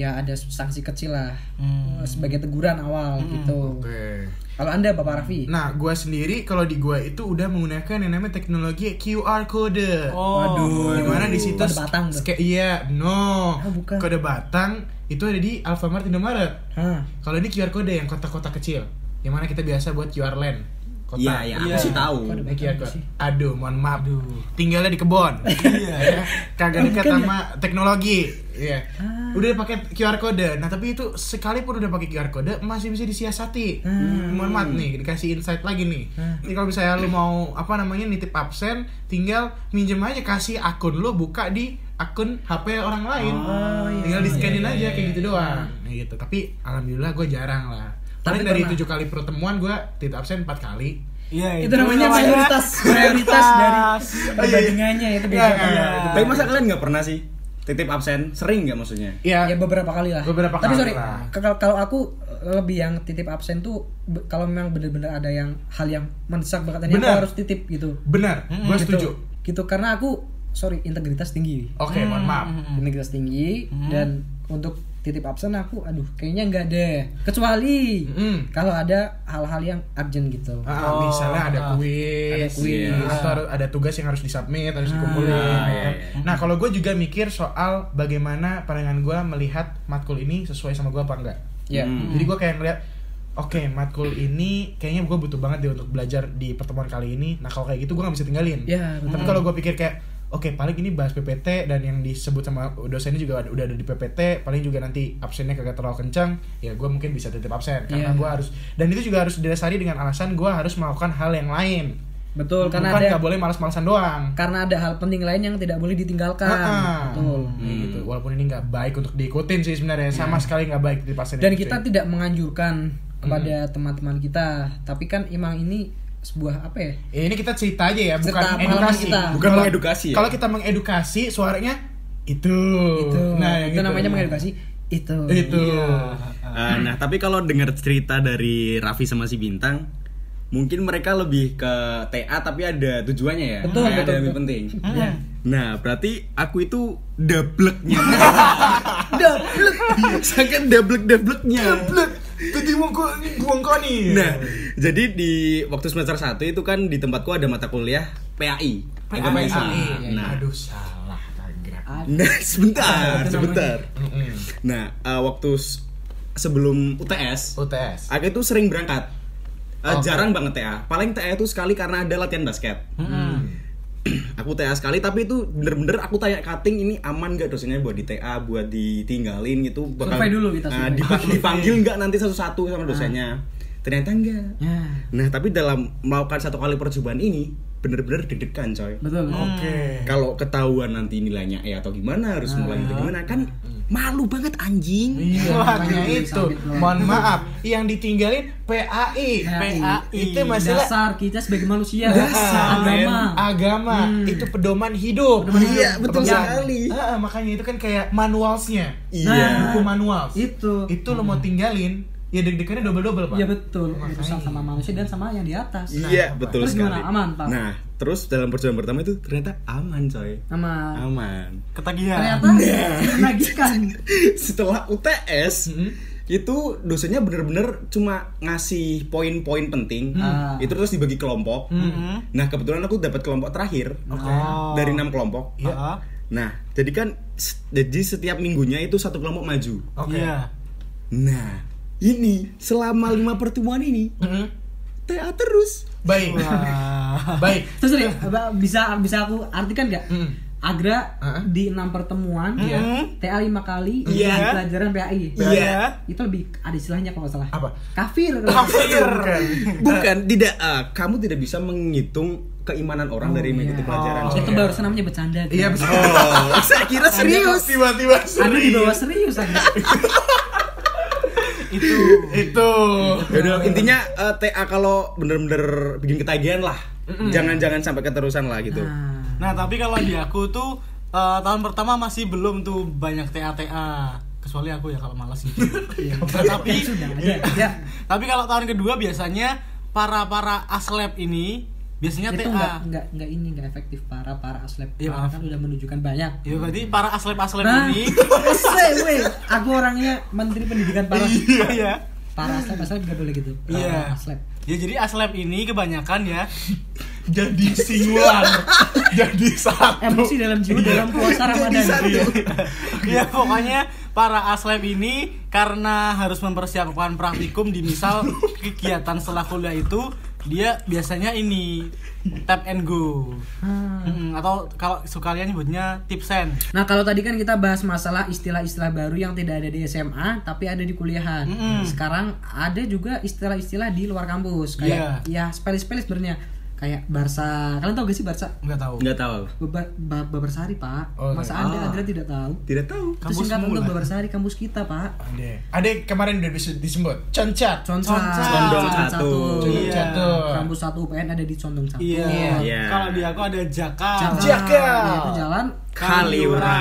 Speaker 1: ya ada sanksi kecil lah
Speaker 3: Hmm.
Speaker 1: sebagai teguran awal gitu.
Speaker 2: Oke.
Speaker 1: Kalau anda Bapak Raffi,
Speaker 2: Nah, gua sendiri kalau di gua itu udah menggunakan yang namanya teknologi QR code.
Speaker 3: Oh.
Speaker 1: Waduh.
Speaker 2: Dimana di situ
Speaker 1: Kode batang tuh.
Speaker 2: ske- iya, no.
Speaker 1: Ah, bukan.
Speaker 2: Kode batang itu ada di Alfamart Indomaret.
Speaker 1: Hah.
Speaker 2: Kalau ini QR code yang kotak-kotak kecil, yang mana kita biasa buat QR land. Kotak.
Speaker 4: Iya, iya, aku
Speaker 3: Iya.
Speaker 4: sih tahu.
Speaker 1: Kode-
Speaker 2: Ini QR
Speaker 1: Apa
Speaker 2: code.
Speaker 1: sih?
Speaker 2: ya, Aduh, mohon maaf. Tinggalnya di kebon. Iya. Kagak dekat sama teknologi. Iya. Udah pakai QR code. Nah, tapi itu sekalipun udah pakai QR code masih bisa disiasati. Mohon maaf nih, dikasih insight lagi nih. Ini kalau misalnya lu mau apa namanya nitip absen, tinggal minjem aja kasih akun lu buka di akun HP orang lain. tinggal di-scanin aja kayak gitu doang. Nah, gitu. Tapi alhamdulillah gue jarang lah.
Speaker 1: Tapi
Speaker 2: Paling dari
Speaker 1: pernah.
Speaker 2: tujuh kali pertemuan gue titip absen empat kali.
Speaker 3: Iya,
Speaker 1: Itu namanya mayoritas mayoritas dari perbandingannya itu beda.
Speaker 2: Iya, iya.
Speaker 4: Tapi masa kalian nggak pernah sih titip absen? Sering nggak maksudnya?
Speaker 2: Iya.
Speaker 1: ya beberapa kali lah
Speaker 2: Beberapa
Speaker 1: tapi
Speaker 2: kali
Speaker 1: sorry
Speaker 2: lah.
Speaker 1: ke- kalau- kalau aku eh, lebih yang titip absen tuh be- kalau memang bener-bener ada yang hal yang mendesak banget ini
Speaker 2: Bener.
Speaker 1: aku harus titip gitu
Speaker 2: Benar, gue
Speaker 1: Gitu.
Speaker 2: setuju.
Speaker 1: gitu karena aku sorry integritas tinggi
Speaker 2: Oke, mohon maaf.
Speaker 1: integritas tinggi
Speaker 2: Hmm.
Speaker 1: dan untuk titip absen aku aduh kayaknya nggak deh kecuali
Speaker 2: Mm.
Speaker 1: kalau ada hal-hal yang urgent gitu
Speaker 2: Ah, misalnya
Speaker 4: Oh,
Speaker 2: ada kuis,
Speaker 1: Ada kuis.
Speaker 2: terus harus- ada tugas yang harus disubmit, harus dikumpulin.
Speaker 4: Iya. Ah,
Speaker 2: gitu
Speaker 4: iya,
Speaker 2: kan. Nah, kalau gue juga mikir soal bagaimana pandangan gue melihat matkul ini sesuai sama gue apa enggak.
Speaker 1: ya
Speaker 4: Hmm.
Speaker 2: Jadi gue kayak ngeliat, oke matkul ini kayaknya gue butuh banget deh untuk belajar di pertemuan kali ini. Nah kalau kayak gitu gue nggak bisa tinggalin.
Speaker 1: Ya, betul.
Speaker 2: Tapi kalau gue pikir kayak oke paling ini bahas PPT dan yang disebut sama dosennya juga ada- udah ada di PPT paling juga nanti absennya kagak terlalu kencang ya gue mungkin bisa titip absen karena
Speaker 1: Iya.
Speaker 2: gue harus dan itu juga harus didasari dengan alasan gue harus melakukan hal yang lain
Speaker 1: betul karena
Speaker 2: bukan
Speaker 1: ada
Speaker 2: nggak boleh malas-malasan doang
Speaker 1: karena ada hal penting lain yang tidak boleh ditinggalkan
Speaker 2: Ah,
Speaker 1: betul Hmm.
Speaker 2: kayak gitu walaupun ini nggak baik untuk diikutin sih sebenarnya sama sekali nggak baik di pasien
Speaker 1: Iya. dan
Speaker 2: itu
Speaker 1: kita
Speaker 2: sih.
Speaker 1: tidak menganjurkan kepada
Speaker 2: Hmm.
Speaker 1: teman-teman kita tapi kan emang ini sebuah apa ya
Speaker 2: Ya, ini kita cerita aja ya bukan
Speaker 1: Cerita pengalaman
Speaker 2: edukasi
Speaker 1: kita.
Speaker 4: Bukan
Speaker 2: Kalau-
Speaker 4: mengedukasi ya?
Speaker 2: kalau kita mengedukasi suaranya itu
Speaker 1: itu
Speaker 2: yang
Speaker 1: itu
Speaker 2: gitu.
Speaker 1: namanya mengedukasi Iya. itu
Speaker 2: itu
Speaker 4: Eh, nah tapi kalau dengar cerita dari Raffi sama si Bintang mungkin mereka lebih ke TA tapi ada tujuannya ya
Speaker 1: Betul,
Speaker 4: Kayak ada
Speaker 1: betul,
Speaker 4: yang lebih
Speaker 1: betul.
Speaker 4: penting
Speaker 3: Iya.
Speaker 4: nah berarti aku itu dableknya
Speaker 1: Double.
Speaker 4: sangat dablek dableknya
Speaker 2: tadi mau gua buang kau nih
Speaker 4: nah jadi di waktu semester 1 itu kan di tempatku ada mata kuliah PAI
Speaker 2: PAI.
Speaker 4: Agama Islam.
Speaker 1: ya,
Speaker 4: nah,
Speaker 2: Iya, aduh salah kagak
Speaker 4: nah sebentar
Speaker 1: Itu namanya.
Speaker 4: sebentar
Speaker 2: Mm-mm.
Speaker 4: nah eh, waktu s- sebelum UTS
Speaker 2: UTS
Speaker 4: Aku itu sering berangkat. Eh,
Speaker 2: Oke.
Speaker 4: Jarang banget TA. Paling TA itu sekali karena ada latihan basket.
Speaker 1: Hmm?
Speaker 2: Mm.
Speaker 4: aku TA sekali tapi itu bener-bener aku tanya cutting ini aman gak dosennya buat di TA buat ditinggalin gitu
Speaker 1: Survei dulu kita, survei. Ah.
Speaker 4: Ah, dipa- dipanggil nggak nanti satu-satu sama dosennya ternyata enggak
Speaker 1: Ya,
Speaker 4: nah tapi dalam melakukan satu kali percobaan ini bener-bener deg-degan coy
Speaker 1: betul
Speaker 2: oke
Speaker 4: kalau ketahuan nanti nilainya E atau gimana harus
Speaker 1: Ah.
Speaker 4: mulai itu gimana kan
Speaker 1: Hmm.
Speaker 4: malu banget anjing
Speaker 2: Iya,
Speaker 1: Wah,
Speaker 2: makanya
Speaker 1: gitu,
Speaker 2: itu.
Speaker 1: sakit banget.
Speaker 2: Mohon maaf, yang ditinggalin PAI.
Speaker 1: Ya, PAI.
Speaker 2: itu masalah
Speaker 1: dasar kita sebagai manusia
Speaker 2: Dasar,
Speaker 1: agama
Speaker 2: agama. Itu pedoman hidup.
Speaker 1: Hmm. Pedoman hidup.
Speaker 4: Iya, betul
Speaker 2: Pedoman.
Speaker 4: sekali.
Speaker 2: Heeh, makanya itu kan kayak manualsnya.
Speaker 4: Iya.
Speaker 1: Nah.
Speaker 2: Buku manual.
Speaker 1: itu Hmm.
Speaker 2: Itu lo mau tinggalin, ya deg-degannya double-double, Pak.
Speaker 1: ya betul urusan
Speaker 2: Makanya.
Speaker 1: sama manusia dan sama yang di atas
Speaker 4: Iya,
Speaker 1: Nah,
Speaker 4: betul
Speaker 1: Terus
Speaker 4: sekali.
Speaker 1: gimana? Aman, Pak?
Speaker 4: Nah, terus dalam perjuangan pertama itu ternyata aman, coy.
Speaker 1: sama
Speaker 4: Aman.
Speaker 3: Ketagihan.
Speaker 1: ternyata menagihkan
Speaker 4: Setelah UTS,
Speaker 1: Mm-hmm.
Speaker 4: itu dosennya bener-bener cuma ngasih poin-poin penting.
Speaker 1: Ah. Mm-hmm.
Speaker 4: Itu terus dibagi kelompok. Nah, kebetulan aku dapat kelompok terakhir
Speaker 3: Oh.
Speaker 4: dari enam kelompok.
Speaker 2: Iya.
Speaker 3: Ah,
Speaker 4: Nah, jadi kan s- jadi setiap minggunya itu satu kelompok maju.
Speaker 2: Oke.
Speaker 3: Iya.
Speaker 4: Nah, ini selama lima pertemuan ini
Speaker 2: Mm-mm.
Speaker 4: TA terus.
Speaker 2: Hmm? Baik.
Speaker 3: Wah.
Speaker 2: Baik.
Speaker 1: terus nih Ba- bisa bisa aku artikan nggak
Speaker 2: Mm.
Speaker 1: Agra
Speaker 2: Heeh.
Speaker 1: di enam pertemuan
Speaker 2: Iya.
Speaker 3: Mm.
Speaker 1: TA lima kali
Speaker 4: Iya.
Speaker 1: di pelajaran PAI
Speaker 4: Iya.
Speaker 1: itu lebih ada istilahnya kalau nggak salah
Speaker 2: Apa?
Speaker 1: kafir
Speaker 2: Kafir.
Speaker 4: Bukan, tidak. ah, kamu tidak bisa menghitung keimanan orang dari mengikuti
Speaker 1: iya.
Speaker 4: pelajaran.
Speaker 2: Oh,
Speaker 4: coy.
Speaker 1: itu
Speaker 2: iya.
Speaker 1: barusan namanya bercanda Gra.
Speaker 2: Iya, betul.
Speaker 4: Oh, saya kira serius.
Speaker 2: Tiba-tiba
Speaker 1: Anda
Speaker 2: serius.
Speaker 1: di bawah serius Anda.
Speaker 3: Itu.
Speaker 2: Itu.
Speaker 4: Yaudah, intinya eh, TA kalau bener-bener bikin ketagihan lah. Jangan-jangan sampai keterusan lah gitu.
Speaker 1: Nah,
Speaker 3: Nah, tapi kalau di aku tuh eh, tahun pertama masih belum tuh banyak TA-TA kecuali aku ya kalau malas gitu. Nah, tapi
Speaker 1: sudah ada. Ya.
Speaker 3: tapi kalau tahun kedua biasanya para-para aslab ini biasanya
Speaker 1: Itu
Speaker 3: TA.
Speaker 1: enggak enggak enggak ini enggak efektif para para aslep.
Speaker 3: ya, ah. Iya,
Speaker 1: Para
Speaker 3: maaf.
Speaker 1: kan udah menunjukkan banyak.
Speaker 3: Ya berarti para aslab-aslab
Speaker 1: Nah,
Speaker 3: ini
Speaker 1: weh, weh. aku orangnya menteri pendidikan para
Speaker 3: iya ya.
Speaker 1: para aslep aslep gak boleh gitu. Para
Speaker 3: Iya.
Speaker 1: Aslep.
Speaker 3: Ya jadi aslab ini kebanyakan ya
Speaker 2: Jadi singular. Jadi satu.
Speaker 1: Emosi dalam jiwa
Speaker 3: Iya.
Speaker 1: dalam puasa Ramadan. Iya.
Speaker 3: ya pokoknya para aslab ini karena harus mempersiapkan praktikum di misal kegiatan setelah kuliah itu dia biasanya ini tap and go
Speaker 1: Hmm.
Speaker 3: Mm, atau kalau sekalian nyebutnya tipsen
Speaker 1: Nah kalau tadi kan kita bahas masalah istilah-istilah baru yang tidak ada di SMA tapi ada di kuliahan.
Speaker 3: Mm-mm.
Speaker 1: Sekarang ada juga istilah-istilah di luar kampus kayak
Speaker 3: Iya.
Speaker 1: ya spell-spell sebenarnya kayak Barsa. Kalian tahu gak sih Barsa?
Speaker 3: nggak tahu
Speaker 4: Nggak tahu.
Speaker 1: Bebar, ba, Babarsari pak,
Speaker 2: Oh,
Speaker 1: masa
Speaker 2: iya.
Speaker 1: anda
Speaker 3: Ah.
Speaker 1: Agra tidak tahu?
Speaker 4: Tidak tahu.
Speaker 1: Itu
Speaker 3: Kampus
Speaker 1: singkatan untuk
Speaker 3: semula.
Speaker 1: Babarsari kampus kita pak.
Speaker 2: Ada. Ada yang kemarin udah bisa disebut. Concat.
Speaker 1: Conca,
Speaker 3: Conca.
Speaker 4: Condong
Speaker 1: Conca
Speaker 4: satu.
Speaker 2: Condong
Speaker 3: Iya.
Speaker 2: satu.
Speaker 1: Kampus satu UPN ada di Condong satu.
Speaker 3: iya
Speaker 4: Iya.
Speaker 3: kalau di aku ada
Speaker 1: Jalan,
Speaker 3: jakal
Speaker 2: Ja- Jakal.
Speaker 1: yaitu jalan
Speaker 4: Kaliura.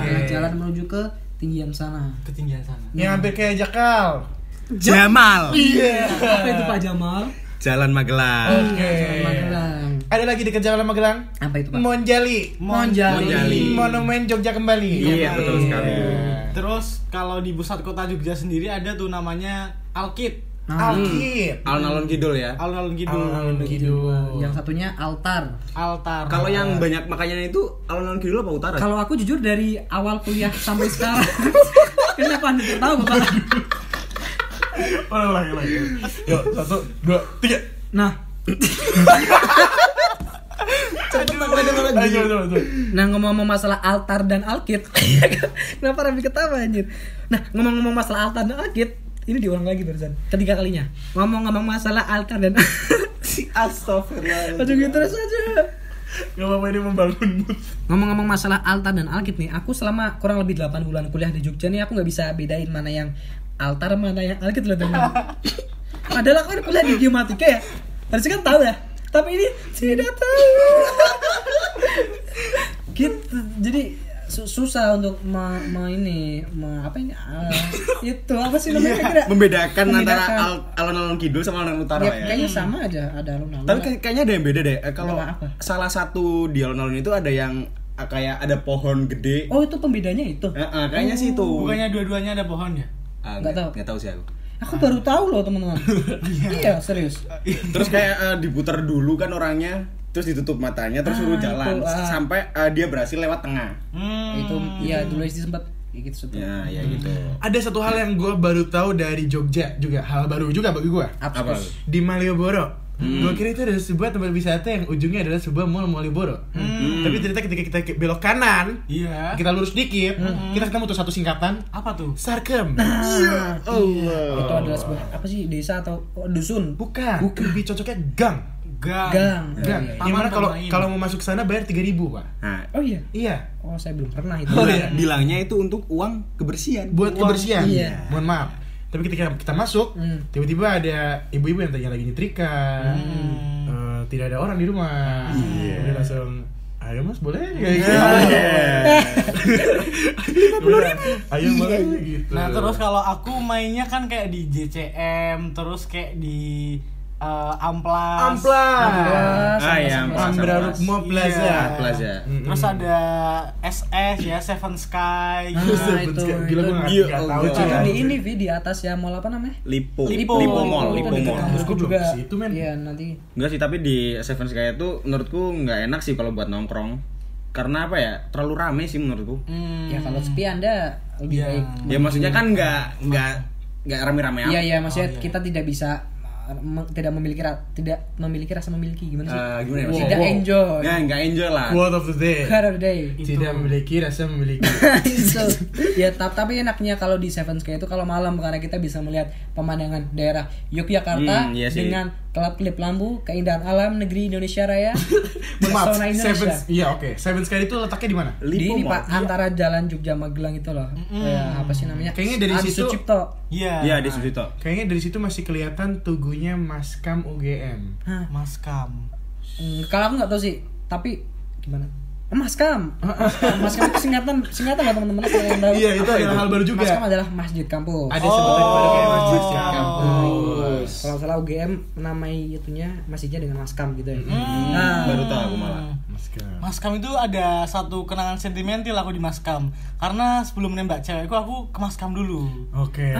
Speaker 1: adalah jalan menuju ke tinggian sana.
Speaker 3: ketinggian sana
Speaker 2: Yang
Speaker 1: Hmm.
Speaker 2: hampir kayak Jakal.
Speaker 4: Jamal.
Speaker 2: Iya.
Speaker 1: Apa itu Pak Jamal?
Speaker 4: Jalan Magelang.
Speaker 2: Oke.
Speaker 1: Jalan Iya, Magelang.
Speaker 2: Ada lagi dekat Jalan Magelang.
Speaker 1: Apa itu pak?
Speaker 2: Monjali.
Speaker 1: Monjali.
Speaker 4: Monjali.
Speaker 2: Monumen Jogja kembali.
Speaker 4: Iya, betul sekali.
Speaker 3: terus kalau di pusat kota Jogja sendiri ada tuh namanya alkit
Speaker 1: Nah,
Speaker 2: Alkit.
Speaker 4: Alun-alun kidul ya.
Speaker 3: alun-alun kidul
Speaker 2: Alun-alun
Speaker 1: gitu. Yang satunya altar.
Speaker 3: altar
Speaker 4: Kalau yang banyak makanannya itu alun-alun kidul apa utara?
Speaker 1: Kalau aku jujur dari awal kuliah sampai sekarang, kenapa anda tidak tahu pak?
Speaker 2: Ulang, ulang, ulang. Yuk, satu, dua, tiga.
Speaker 1: Nah,
Speaker 2: Ayo, coba, coba.
Speaker 1: Nah ngomong-ngomong masalah altar dan alkit Kenapa Raffi ketawa anjir Nah ngomong-ngomong masalah altar dan alkit Ini diulang lagi barusan Ketiga kalinya Ngomong-ngomong masalah altar dan
Speaker 4: si astagfirullah
Speaker 1: Aduh gitu terus aja
Speaker 2: Gak apa-apa ini membangun mood.
Speaker 1: Ngomong-ngomong masalah altar dan alkit nih Aku selama kurang lebih 8 bulan kuliah di Jogja nih Aku nggak bisa bedain mana yang altar mana yang alkit loh teman Padahal aku kan kuliah di geomatika ya Harusnya kan tahu ya Tapi ini tidak tahu gitu jadi su- susah untuk ma, ma ini ma apa ini ah, itu apa sih namanya kira
Speaker 4: membedakan antara
Speaker 1: Membedakan.
Speaker 4: al- alon-alon kidul sama alon-alon utara
Speaker 1: ya,
Speaker 4: ya.
Speaker 1: kayaknya sama aja ada alun alun
Speaker 4: Tapi kayak- kayaknya ada yang beda deh. Eh, Kalau
Speaker 1: Apa, apa?
Speaker 4: salah satu di alon-alon itu ada yang eh, kayak ada pohon gede.
Speaker 1: oh itu pembedanya itu Oh,
Speaker 4: Eh, eh, kayaknya sih itu.
Speaker 3: Bukannya dua-duanya ada pohon ya?
Speaker 4: Ah,
Speaker 1: Nggak tahu.
Speaker 4: nggak tahu sih aku.
Speaker 1: aku baru tahu loh teman-teman iya serius
Speaker 4: Terus kayak eh, diputer dulu kan orangnya, terus ditutup matanya, terus suruh
Speaker 1: Ah,
Speaker 4: jalan
Speaker 1: itu, ah.
Speaker 4: sampai eh, dia berhasil lewat tengah.
Speaker 3: Hmm.
Speaker 1: itu iya dulu sih sempat gitu sempat
Speaker 4: Ya, ya gitu.
Speaker 2: Ada satu hal yang gue baru tahu dari Jogja juga hal baru juga bagi gue
Speaker 4: Apa?
Speaker 1: apa
Speaker 2: di Malioboro.
Speaker 4: Hmm.
Speaker 2: Gue kira itu adalah sebuah tempat wisata yang ujungnya adalah sebuah mall Malioboro.
Speaker 4: Hmm.
Speaker 2: Tapi ternyata ketika kita ke- belok kanan,
Speaker 3: Iya.
Speaker 2: kita lurus dikit,
Speaker 4: Hmm.
Speaker 2: kita ketemu tuh satu singkatan
Speaker 3: Apa tuh?
Speaker 2: Sarkem.
Speaker 4: Nah.
Speaker 2: Iya.
Speaker 4: Allah.
Speaker 1: itu adalah sebuah apa sih desa atau oh, dusun
Speaker 2: Bukan. Lebih cocoknya gang.
Speaker 3: Gang.
Speaker 1: gang Oh,
Speaker 2: Gang.
Speaker 1: iya, iya.
Speaker 2: Yang mana
Speaker 3: Taman
Speaker 2: kalau
Speaker 3: bermain.
Speaker 2: kalau mau masuk sana bayar 3000, Pak.
Speaker 4: Nah,
Speaker 1: oh iya
Speaker 2: Iya.
Speaker 1: oh saya belum pernah itu
Speaker 2: Oh, iya.
Speaker 4: bilangnya itu untuk uang kebersihan.
Speaker 2: Buat
Speaker 3: Uang,
Speaker 2: kebersihan.
Speaker 1: iya.
Speaker 2: Mohon maaf. Tapi ketika kita masuk,
Speaker 1: Hmm.
Speaker 2: tiba-tiba ada ibu-ibu yang tanya lagi nyetrika.
Speaker 1: Hmm.
Speaker 2: Eh, tidak ada orang di rumah.
Speaker 4: Iya.
Speaker 2: Dia langsung Ayo mas boleh
Speaker 1: Iya.
Speaker 4: Iya.
Speaker 2: Iya. Ayo boleh
Speaker 1: Iya.
Speaker 2: gitu.
Speaker 3: Nah terus kalau aku mainnya kan kayak di JCM, terus kayak di eh, Amplas. Nah,
Speaker 2: Amplas.
Speaker 4: Ah,
Speaker 1: Sama-sama.
Speaker 4: iya, Amplas.
Speaker 2: Andra Rukmo
Speaker 3: Iya.
Speaker 2: Plaza.
Speaker 4: Plaza.
Speaker 3: Terus ada SS ya, Seven Sky.
Speaker 1: Ah,
Speaker 3: gitu.
Speaker 1: itu, itu.
Speaker 2: Gila gue gak,
Speaker 4: Gila,
Speaker 2: tahu
Speaker 4: gila.
Speaker 2: cuy.
Speaker 1: Tapi di ini Vi di atas ya mall apa namanya
Speaker 4: Lipo.
Speaker 3: Lipo.
Speaker 4: Lipo Mall,
Speaker 3: Lipo.
Speaker 4: Lipo Mall.
Speaker 2: Terus
Speaker 1: Terus
Speaker 2: gua belum
Speaker 1: juga
Speaker 2: ke situ, men.
Speaker 1: Iya, nanti.
Speaker 4: Enggak sih, tapi di Seven Sky itu menurutku nggak enak sih kalau buat nongkrong. Karena apa ya? Terlalu rame sih menurutku.
Speaker 3: Hmm.
Speaker 1: Ya kalau sepi Anda lebih
Speaker 3: Iya.
Speaker 1: baik.
Speaker 4: Ya maksudnya kan nggak nggak nggak rame-rame
Speaker 1: Hmm. Iya,
Speaker 4: amat.
Speaker 1: iya,
Speaker 2: Oh,
Speaker 1: maksudnya kita tidak bisa uh, me- tidak memiliki ra- tidak memiliki rasa memiliki gimana sih?
Speaker 4: Eh, gimana ya maksudnya?
Speaker 1: tidak
Speaker 2: wow.
Speaker 1: enjoy.
Speaker 4: Nggak, nggak enjoy lah.
Speaker 2: Quote of the day.
Speaker 1: Harder day.
Speaker 2: Tidak memiliki rasa memiliki.
Speaker 1: Itu. ya ta- tapi enaknya kalau di Seven Sky itu kalau malam karena kita bisa melihat pemandangan daerah Yogyakarta
Speaker 4: Hmm, iya sih.
Speaker 1: dengan kelap-kelip lampu, keindahan alam negeri Indonesia Raya,
Speaker 2: Mohon Maaf,
Speaker 1: pesona
Speaker 2: Seven,
Speaker 1: Indonesia.
Speaker 2: iya oke. Seven Sky itu letaknya di mana?
Speaker 1: Di ini Pak
Speaker 4: Mall.
Speaker 2: Iya.
Speaker 1: antara Jalan Jogja Magelang itu loh. Ya, apa sih namanya?
Speaker 2: Hmm. Kayaknya dari
Speaker 1: Adi
Speaker 2: situ-
Speaker 1: Sucipto.
Speaker 3: Iya.
Speaker 4: Iya, di Susito.
Speaker 2: Kayaknya dari situ masih kelihatan tugunya Maskam UGM.
Speaker 1: Hah,
Speaker 3: Maskam.
Speaker 1: Hmm, kalau aku nggak tahu sih, tapi gimana? Maskam. Maskam itu singkatan singkatan lah teman-teman kalau yang tahu.
Speaker 2: Iya, itu adalah hal baru juga.
Speaker 1: Maskam adalah masjid kampus. Oh, iya.
Speaker 2: Ada sebutan pada kayak ya. masjid di kampus.
Speaker 1: Kalau nggak salah UGM menamai itunya masjidnya dengan maskam gitu ya.
Speaker 3: Hmm.
Speaker 1: Nah,
Speaker 4: Baru tahu aku malah.
Speaker 2: Maskam.
Speaker 3: Maskam itu ada satu kenangan sentimental aku di Maskam Karena sebelum nembak cewekku aku ke Maskam dulu
Speaker 2: Oke.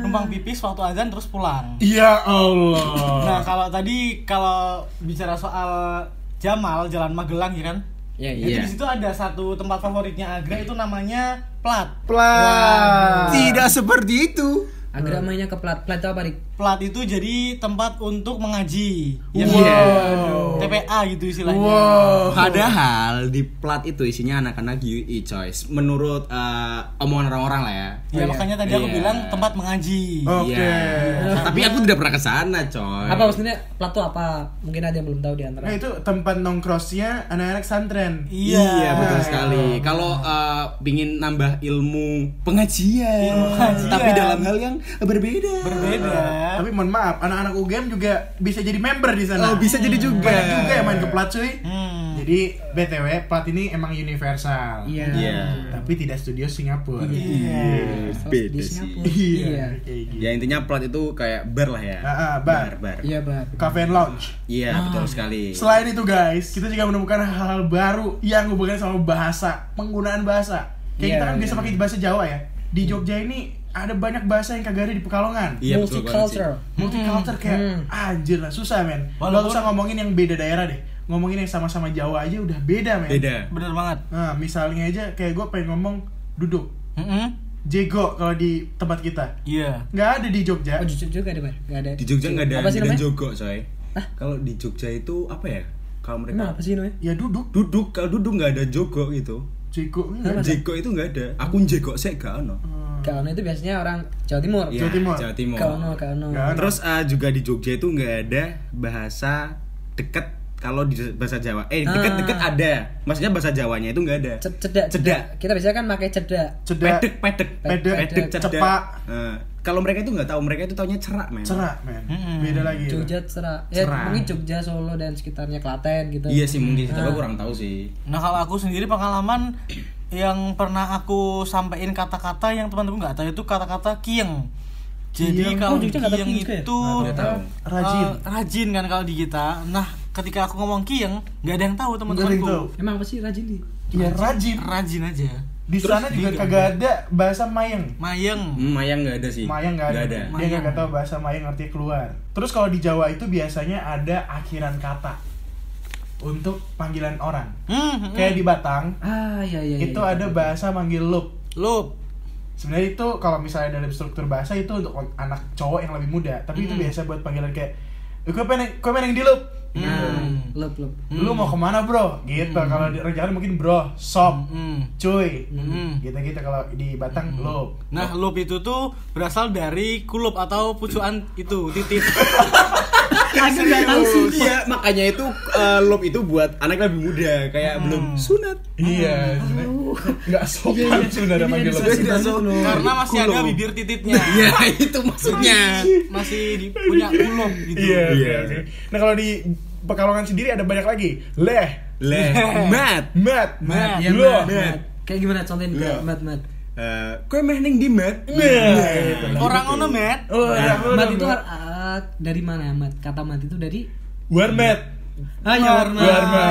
Speaker 3: Numpang pipis waktu azan terus pulang
Speaker 2: Ya
Speaker 4: Oh.
Speaker 3: Nah
Speaker 2: Allah.
Speaker 3: kalau tadi kalau bicara soal Jamal Jalan Magelang ya kan
Speaker 1: ya
Speaker 3: Itu
Speaker 1: iya.
Speaker 3: di situ ada satu tempat favoritnya Agra itu namanya Plat
Speaker 1: Ah.
Speaker 2: Pelan.
Speaker 4: Tidak seperti itu.
Speaker 1: Agar mainnya ke plat-plat itu apa Rik?
Speaker 3: Plat itu jadi tempat untuk mengaji
Speaker 4: Iya.
Speaker 3: ya kan?
Speaker 2: Wow.
Speaker 3: TPA gitu
Speaker 1: Oh.
Speaker 3: istilahnya
Speaker 2: Wow.
Speaker 4: Padahal di plat itu isinya anak-anak UI choice. Menurut eh, omongan orang-orang lah ya.
Speaker 3: Ya makanya tadi aku
Speaker 4: Iya.
Speaker 3: bilang tempat mengaji
Speaker 2: Oke.
Speaker 4: Iya. Tapi aku tidak pernah ke sana, coy.
Speaker 1: Apa maksudnya plat itu apa? Mungkin ada yang belum tahu di antara.
Speaker 2: Nah itu tempat nongkrosnya anak-anak santren.
Speaker 4: Iya, betul
Speaker 2: Nah,
Speaker 4: sekali. Kalau eh, pingin nambah ilmu pengajian,
Speaker 3: Ilmu pengajian.
Speaker 4: tapi dalam hal yang berbeda.
Speaker 3: Berbeda
Speaker 2: Tapi mohon maaf, anak-anak UGM juga bisa jadi member di sana. Hmm.
Speaker 4: Oh, bisa jadi juga.
Speaker 2: Banyak juga yang main ke plat cuy.
Speaker 3: Hmm.
Speaker 2: Jadi BTW plat ini emang universal.
Speaker 1: Iya.
Speaker 4: Iya.
Speaker 2: Tapi tidak studio Singapura.
Speaker 1: Terus
Speaker 4: Beda
Speaker 1: di
Speaker 4: sih.
Speaker 1: Singapura.
Speaker 2: Iya. Kayak gitu.
Speaker 4: Ya intinya plat itu kayak bar lah ya.
Speaker 2: Ah, ah, bar.
Speaker 4: bar.
Speaker 1: Iya,
Speaker 4: Iya,
Speaker 1: Ah. Bar.
Speaker 2: Cafe and lounge.
Speaker 4: betul sekali.
Speaker 2: Selain itu guys, kita juga menemukan hal-hal baru yang hubungannya sama bahasa, penggunaan bahasa. Kayak
Speaker 1: Iya,
Speaker 2: kita kan biasa
Speaker 1: iya. Hmm.
Speaker 2: pakai bahasa Jawa ya. Di Jogja ini ada banyak bahasa yang kagak ada di Pekalongan.
Speaker 4: Iya, betul banget sih.
Speaker 1: Multicultural.
Speaker 2: Multicultural kayak
Speaker 1: Hmm.
Speaker 2: anjir lah susah men. Gak
Speaker 3: Walaupun-
Speaker 2: usah ngomongin yang beda daerah deh. Ngomongin yang sama-sama Jawa aja udah beda men.
Speaker 4: Beda.
Speaker 3: Bener banget
Speaker 2: Nah, misalnya aja kayak gue pengen ngomong duduk,
Speaker 3: Mm-mm.
Speaker 2: jego kalau di tempat kita.
Speaker 3: Hmm, Iya
Speaker 2: Nggak ada di Jogja.
Speaker 1: Oh, jujur juga deh, Bar. Nggak ada.
Speaker 4: Di Jogja nggak ada
Speaker 1: Apa sih
Speaker 4: nggak ada
Speaker 1: namanya?
Speaker 4: jogo, coy. Kalau di Jogja itu apa ya? kalau mereka
Speaker 1: Kenapa sih namanya?
Speaker 2: ya duduk
Speaker 4: duduk kalau duduk nggak ada jogo gitu
Speaker 2: ceko enggak ada.
Speaker 4: jeko itu nggak ada aku jeko sih gak ono
Speaker 1: Kaono itu biasanya orang Jawa Timur.
Speaker 4: Ya,
Speaker 2: Timur.
Speaker 4: Jawa Timur.
Speaker 1: Kaono, Kaono.
Speaker 2: Nggak ada.
Speaker 4: Terus eh, juga di Jogja itu nggak ada bahasa deket kalau di bahasa Jawa. Eh deket-deket
Speaker 1: Ah.
Speaker 4: ada, maksudnya bahasa Jawanya itu nggak ada.
Speaker 1: Ced- Cedak, cedak. Kita biasanya kan pakai cedak.
Speaker 2: cedak
Speaker 4: Pedek, pedek,
Speaker 1: Pedek,
Speaker 4: pedek, cedak.
Speaker 2: cepak.
Speaker 4: Eh, kalau mereka itu nggak tahu, mereka itu taunya cerak, men.
Speaker 2: cerah men
Speaker 3: Mm-mm.
Speaker 2: beda lagi itu.
Speaker 1: Jogja cerah. Ya,
Speaker 4: Cerah.
Speaker 1: mungkin Jogja, Solo dan sekitarnya Klaten gitu.
Speaker 4: Iya sih mungkin, sih, tapi
Speaker 1: Ah.
Speaker 4: kurang tahu sih.
Speaker 3: Nah kalau aku sendiri pengalaman yang pernah aku sampein kata-kata yang teman-teman nggak tahu itu kata-kata kieng. Jadi
Speaker 2: Kieng.
Speaker 3: kalau
Speaker 1: Oh, Jogja nggak ada
Speaker 3: kieng
Speaker 1: kieng juga ya?
Speaker 3: itu
Speaker 4: Nggak tahu.
Speaker 3: eh,
Speaker 2: Rajin.
Speaker 3: rajin kan kalau di kita. Nah ketika aku ngomong kieng nggak ada yang tahu
Speaker 2: Nggak ada yang tahu.
Speaker 3: teman-temanku.
Speaker 1: Emang apa sih rajin nih?
Speaker 2: ya rajin
Speaker 3: Rajin aja.
Speaker 2: di sana
Speaker 3: Terus
Speaker 2: juga
Speaker 3: di-
Speaker 2: kagak ada bahasa mayang
Speaker 3: Mayeng.
Speaker 4: Hmm, Mayang nggak ada sih.
Speaker 2: mayang nggak ada,
Speaker 4: Nggak ada.
Speaker 2: dia
Speaker 3: Mayang.
Speaker 2: nggak tahu bahasa mayang artinya keluar terus kalau di Jawa itu biasanya ada akhiran kata untuk panggilan orang
Speaker 3: Hmm, hmm,
Speaker 2: kayak di Batang
Speaker 1: Ah, iya iya.
Speaker 2: itu ada bahasa manggil lup
Speaker 3: Lup.
Speaker 2: sebenarnya itu kalau misalnya dalam struktur bahasa itu untuk anak cowok yang lebih muda tapi itu
Speaker 3: Mm.
Speaker 2: biasa buat panggilan kayak gue pengen gue pengen di lup
Speaker 1: Nah, lep lep.
Speaker 2: lu mau kemana bro gitu kalau di orang Jawa mungkin bro sob
Speaker 3: Hmm.
Speaker 2: cuy
Speaker 3: Mm.
Speaker 2: gitu gitu kalau di Batang lup
Speaker 3: Nah, lup itu tuh berasal dari kulup atau pucuan itu titit.
Speaker 1: Aku nggak tahu sih.
Speaker 4: Iya, makanya itu eh, lob itu buat anak lebih muda, kayak belum sunat.
Speaker 2: iya nggak sopan sudah ada manggil
Speaker 4: Sudah
Speaker 2: lup
Speaker 4: tidak sopan.
Speaker 3: Karena masih ada
Speaker 4: Kulup.
Speaker 3: bibir tititnya. Iya.
Speaker 4: Iya, itu maksudnya.
Speaker 3: Masih di, punya kulup gitu.
Speaker 2: iya
Speaker 4: Iya.
Speaker 2: oke, oke. nah kalau di Pekalongan sendiri ada banyak lagi leh
Speaker 4: Leh,
Speaker 2: Iya.
Speaker 4: mat.
Speaker 2: mat
Speaker 3: Mat,
Speaker 1: Iya,
Speaker 2: Lup.
Speaker 1: mat, mat. Kayak gimana contohin
Speaker 4: Lep.
Speaker 1: kayak mat mat.
Speaker 4: Eh, kue meh neng di mat.
Speaker 2: Iya. Gitu.
Speaker 3: Orang ono, Matt.
Speaker 2: oh ya,
Speaker 1: Mat itu ah, dari mana mat? Kata mat itu dari
Speaker 2: warmet
Speaker 1: Ah, ya warna.
Speaker 2: warmet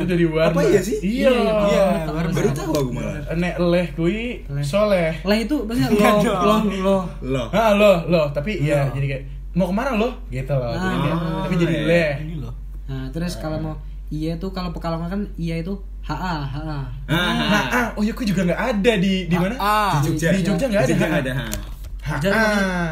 Speaker 2: itu dari warmet
Speaker 4: Apa iya sih?
Speaker 1: Iya,
Speaker 2: iya
Speaker 1: iya.
Speaker 2: iya
Speaker 3: Iya,
Speaker 1: Teman.
Speaker 3: baru
Speaker 4: Baru tahu aku malah.
Speaker 2: nek leh kui soleh
Speaker 1: Lah itu maksudnya
Speaker 3: Iya
Speaker 1: lo
Speaker 3: dong.
Speaker 1: lo lo.
Speaker 4: Loh.
Speaker 2: ah loh loh tapi ya
Speaker 1: Loh.
Speaker 2: jadi kayak mau kemana loh gitu loh jadi
Speaker 1: Ah.
Speaker 2: kayak- tapi jadi
Speaker 4: Iya.
Speaker 2: leh
Speaker 3: Eh, Ini loh.
Speaker 1: Nah, terus kalau mau iya itu kalau pekalongan kan iya itu HA HA.
Speaker 2: nah
Speaker 4: Ah,
Speaker 2: ah oh ya aku juga nggak ada di di mana
Speaker 3: Ah,
Speaker 4: di Jogja.
Speaker 2: di Jogja nggak ada.
Speaker 4: Di Jogja nggak ada. ha.
Speaker 2: Ha,
Speaker 1: Jogja apa sih?
Speaker 2: ah.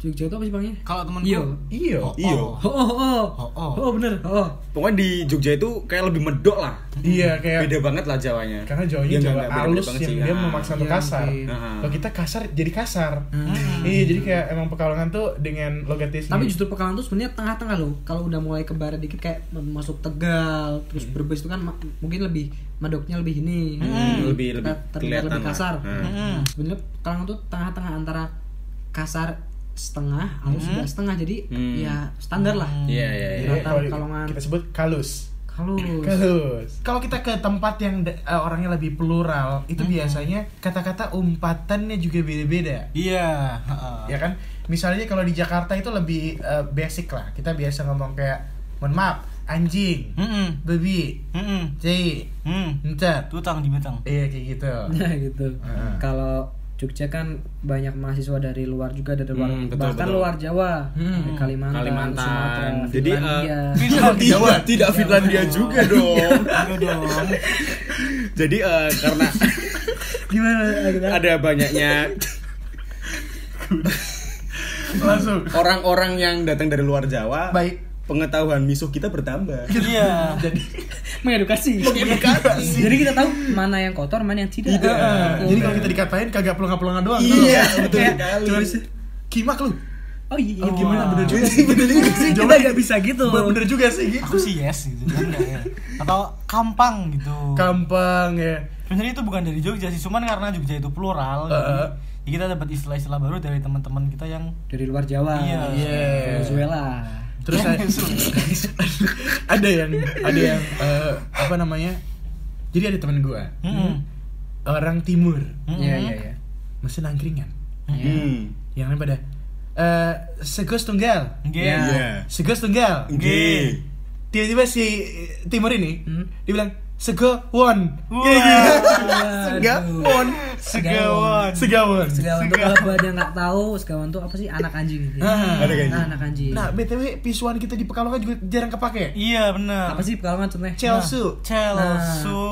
Speaker 1: Jogja itu apa sih bangnya?
Speaker 3: kalau temanku
Speaker 1: Iya.
Speaker 2: iyo
Speaker 3: Oh, oh.
Speaker 4: Iyo.
Speaker 1: Ho oh oh.
Speaker 3: Ho,
Speaker 1: Ho
Speaker 3: oh.
Speaker 1: oh. bener. Ho oh.
Speaker 4: Pokoknya di Jogja itu kayak lebih medok lah.
Speaker 2: iya kayak
Speaker 4: Beda banget lah Jawanya.
Speaker 2: karena
Speaker 4: Ya,
Speaker 2: Jawanya
Speaker 4: nggak-
Speaker 2: Jawa
Speaker 4: nggak beda-beda
Speaker 2: halus
Speaker 4: banget
Speaker 2: yang
Speaker 4: sih.
Speaker 2: dia
Speaker 4: Ah.
Speaker 2: memaksa untuk
Speaker 1: Iya,
Speaker 2: kasar.
Speaker 1: mungkin.
Speaker 4: Ah.
Speaker 2: Kalau kita kasar jadi kasar.
Speaker 1: Hmm.
Speaker 2: Iya, jadi kayak emang Pekalongan tuh dengan logatnya
Speaker 1: Tapi
Speaker 4: Hmm.
Speaker 2: sendiri.
Speaker 1: justru Pekalongan tuh sebenarnya tengah-tengah loh. Kalau udah mulai ke barat dikit kayak masuk Tegal, terus Brebes itu kan ma- mungkin lebih medoknya lebih ini.
Speaker 4: Hmm, lebih lebih
Speaker 1: Terlihat
Speaker 4: kelihatan
Speaker 1: lebih
Speaker 4: lah.
Speaker 1: kasar. Nah,
Speaker 4: Ah.
Speaker 3: Mm-mm.
Speaker 1: Sebenarnya Pekalongan tuh tengah-tengah antara kasar setengah halus juga setengah jadi
Speaker 4: Hmm.
Speaker 1: ya standar lah.
Speaker 4: Iya, iya, iya.
Speaker 2: Jadi kalau di-
Speaker 1: Pekalongan.
Speaker 2: kita sebut kalus.
Speaker 1: Kalau
Speaker 4: Hmm.
Speaker 2: Kalus. Kalau kita ke tempat yang da- eh, orangnya lebih plural, itu biasanya kata-kata umpatannya juga beda-beda.
Speaker 3: Iya, heeh.
Speaker 2: Ya kan? Misalnya kalau di Jakarta itu lebih eh, basic lah. Kita biasa ngomong kayak mohon maaf, anjing,
Speaker 3: Mm-mm.
Speaker 2: babi,
Speaker 3: Mm-mm.
Speaker 2: cai,
Speaker 3: Mm.
Speaker 2: entar.
Speaker 3: Hmm, Tutang di Betang.
Speaker 2: Iya kayak gitu.
Speaker 1: Nah gitu.
Speaker 4: Hmm.
Speaker 2: Heeh.
Speaker 1: Kalau Jogja kan banyak mahasiswa dari luar juga dari luar
Speaker 4: Hmm, betul,
Speaker 1: bahkan
Speaker 4: betul. Hmm.
Speaker 1: luar Jawa, dari Kalimantan,
Speaker 4: Kalimantan.
Speaker 1: Sumatera,
Speaker 4: Jadi, eh,
Speaker 2: Iya,
Speaker 1: Finlandia.
Speaker 4: Tidak, tidak, tidak Finlandia juga dong.
Speaker 3: Enggak Iya dong.
Speaker 4: Jadi eh, karena
Speaker 1: gimana? Agita?
Speaker 4: ada banyaknya
Speaker 2: Langsung.
Speaker 4: orang-orang yang datang dari luar Jawa,
Speaker 2: Baik.
Speaker 4: pengetahuan misuh kita bertambah.
Speaker 3: Iya.
Speaker 1: Mengedukasi.
Speaker 2: Mengedukasi.
Speaker 1: Jadi kita tahu mana yang kotor, mana yang tidak.
Speaker 4: Tidak.
Speaker 1: Gitu.
Speaker 2: Iya. Jadi kalau kita dikatain kagak pelonga-pelonga doang.
Speaker 4: Iya,
Speaker 2: tau.
Speaker 4: betul
Speaker 2: Kayak
Speaker 4: sekali.
Speaker 2: cuman, Kimak lu.
Speaker 1: Oh iya.
Speaker 2: Oh, gimana bener juga sih.
Speaker 4: Bener juga
Speaker 1: sih, kita
Speaker 2: Jawaban-
Speaker 1: nggak bisa gitu.
Speaker 2: Bener, bener juga sih gitu.
Speaker 3: Aku sih yes gitu. Enggak ya. Atau kampang gitu.
Speaker 2: Kampang ya.
Speaker 3: Sebenarnya itu bukan dari Jogja sih, cuman karena Jogja itu
Speaker 2: Eh,
Speaker 3: plural. jadi-
Speaker 2: eh.
Speaker 3: jadi kita dapat istilah-istilah baru dari teman-teman kita yang
Speaker 1: Dari luar Jawa.
Speaker 3: Iya.
Speaker 2: Iya.
Speaker 1: Venezuela.
Speaker 2: Terus ada, ada yang ada yang eh, apa namanya? Jadi ada teman gua,
Speaker 3: Mm-mm.
Speaker 2: orang timur,
Speaker 3: Mm-mm.
Speaker 1: Iya iya iya.
Speaker 2: mesin angkringan.
Speaker 4: Hmm.
Speaker 2: Yang lain pada eh segos tunggal.
Speaker 3: Nggih.
Speaker 1: Iya.
Speaker 4: Iya.
Speaker 2: Segos tunggal.
Speaker 4: Oke.
Speaker 2: Tiba-tiba si eh, timur ini
Speaker 1: Hmm.
Speaker 2: dibilang sego won. Iya,
Speaker 3: Wah.
Speaker 2: Segawon.
Speaker 1: Segawon.
Speaker 2: Segawon.
Speaker 1: Segawan tuh kalau buat yang nggak tahu, segawan tuh apa sih? Anak anjing. gitu.
Speaker 2: Ah,
Speaker 4: anak anjing.
Speaker 1: anak anjing.
Speaker 2: Nah, BTW pisuan kita di Pekalongan juga jarang kepake.
Speaker 3: Iya benar.
Speaker 1: apa sih kalau contohnya?
Speaker 2: Celsu.
Speaker 3: Celsu.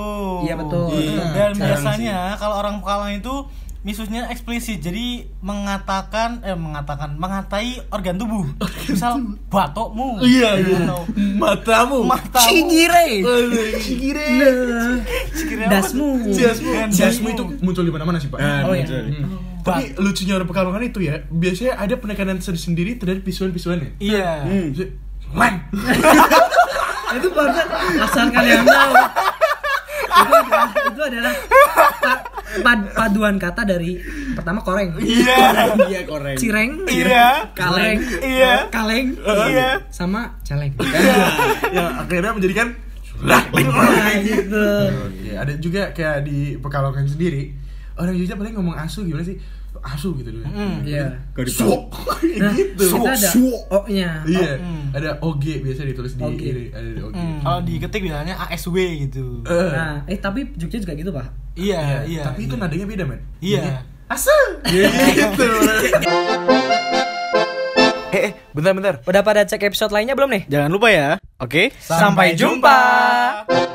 Speaker 1: Iya, betul.
Speaker 4: Iya,
Speaker 3: Gitu. Dan
Speaker 4: jarang
Speaker 3: biasanya kalau orang Pekalongan itu misusnya eksplisit jadi mengatakan eh mengatakan mengatai organ tubuh misal batokmu
Speaker 2: Iya, iya.
Speaker 3: atau
Speaker 2: Matamu. Nah.
Speaker 3: matamu
Speaker 1: Cigire.
Speaker 2: Cigire.
Speaker 3: Sekiranya apa tuh?
Speaker 1: Dasmu.
Speaker 2: Jasmu,
Speaker 3: Kan.
Speaker 2: jasmu itu muncul di mana-mana sih, Pak.
Speaker 4: Ah,
Speaker 1: Oh, iya.
Speaker 4: betul.
Speaker 2: Hmm. Tapi lucunya orang pekalongan itu ya, biasanya ada penekanan sendiri terhadap visual-visualnya.
Speaker 3: iya
Speaker 4: Hmm.
Speaker 2: Lan.
Speaker 3: Kan.
Speaker 1: itu barusan asal kalian tahu itu adalah, itu adalah pa- pad- paduan kata dari pertama koreng
Speaker 3: iya
Speaker 4: Iya koreng.
Speaker 1: cireng
Speaker 3: iya
Speaker 1: kaleng
Speaker 3: Iya.
Speaker 1: kaleng
Speaker 3: Iya.
Speaker 1: sama caleng
Speaker 2: yang Ya, akhirnya menjadikan
Speaker 1: nah, gitu
Speaker 2: Oke, ada juga kayak di Pekalongan sendiri orang Jogja paling ngomong asu gimana sih? Asu gitu dulu.
Speaker 3: Hmm.
Speaker 1: Iya.
Speaker 4: Kau di-
Speaker 2: Suo.
Speaker 1: Nah,
Speaker 2: gitu.
Speaker 1: kita ada
Speaker 2: Suo.
Speaker 1: o-nya.
Speaker 2: Iya,
Speaker 3: Hmm.
Speaker 2: ada OG biasa ditulis di
Speaker 1: OG.
Speaker 2: ini, ada di OG.
Speaker 3: Hmm, kalau diketik biasanya ASW gitu
Speaker 2: Eh,
Speaker 1: Nah, eh tapi Jogja juga gitu, Pak.
Speaker 3: iya iya
Speaker 2: Tapi itu nadanya beda, men.
Speaker 3: iya
Speaker 2: Asu. gitu.
Speaker 5: Eh, eh, bentar bentar.
Speaker 1: Udah pada cek episode lainnya belum nih?
Speaker 4: Jangan lupa ya. Oke.
Speaker 3: sampai jumpa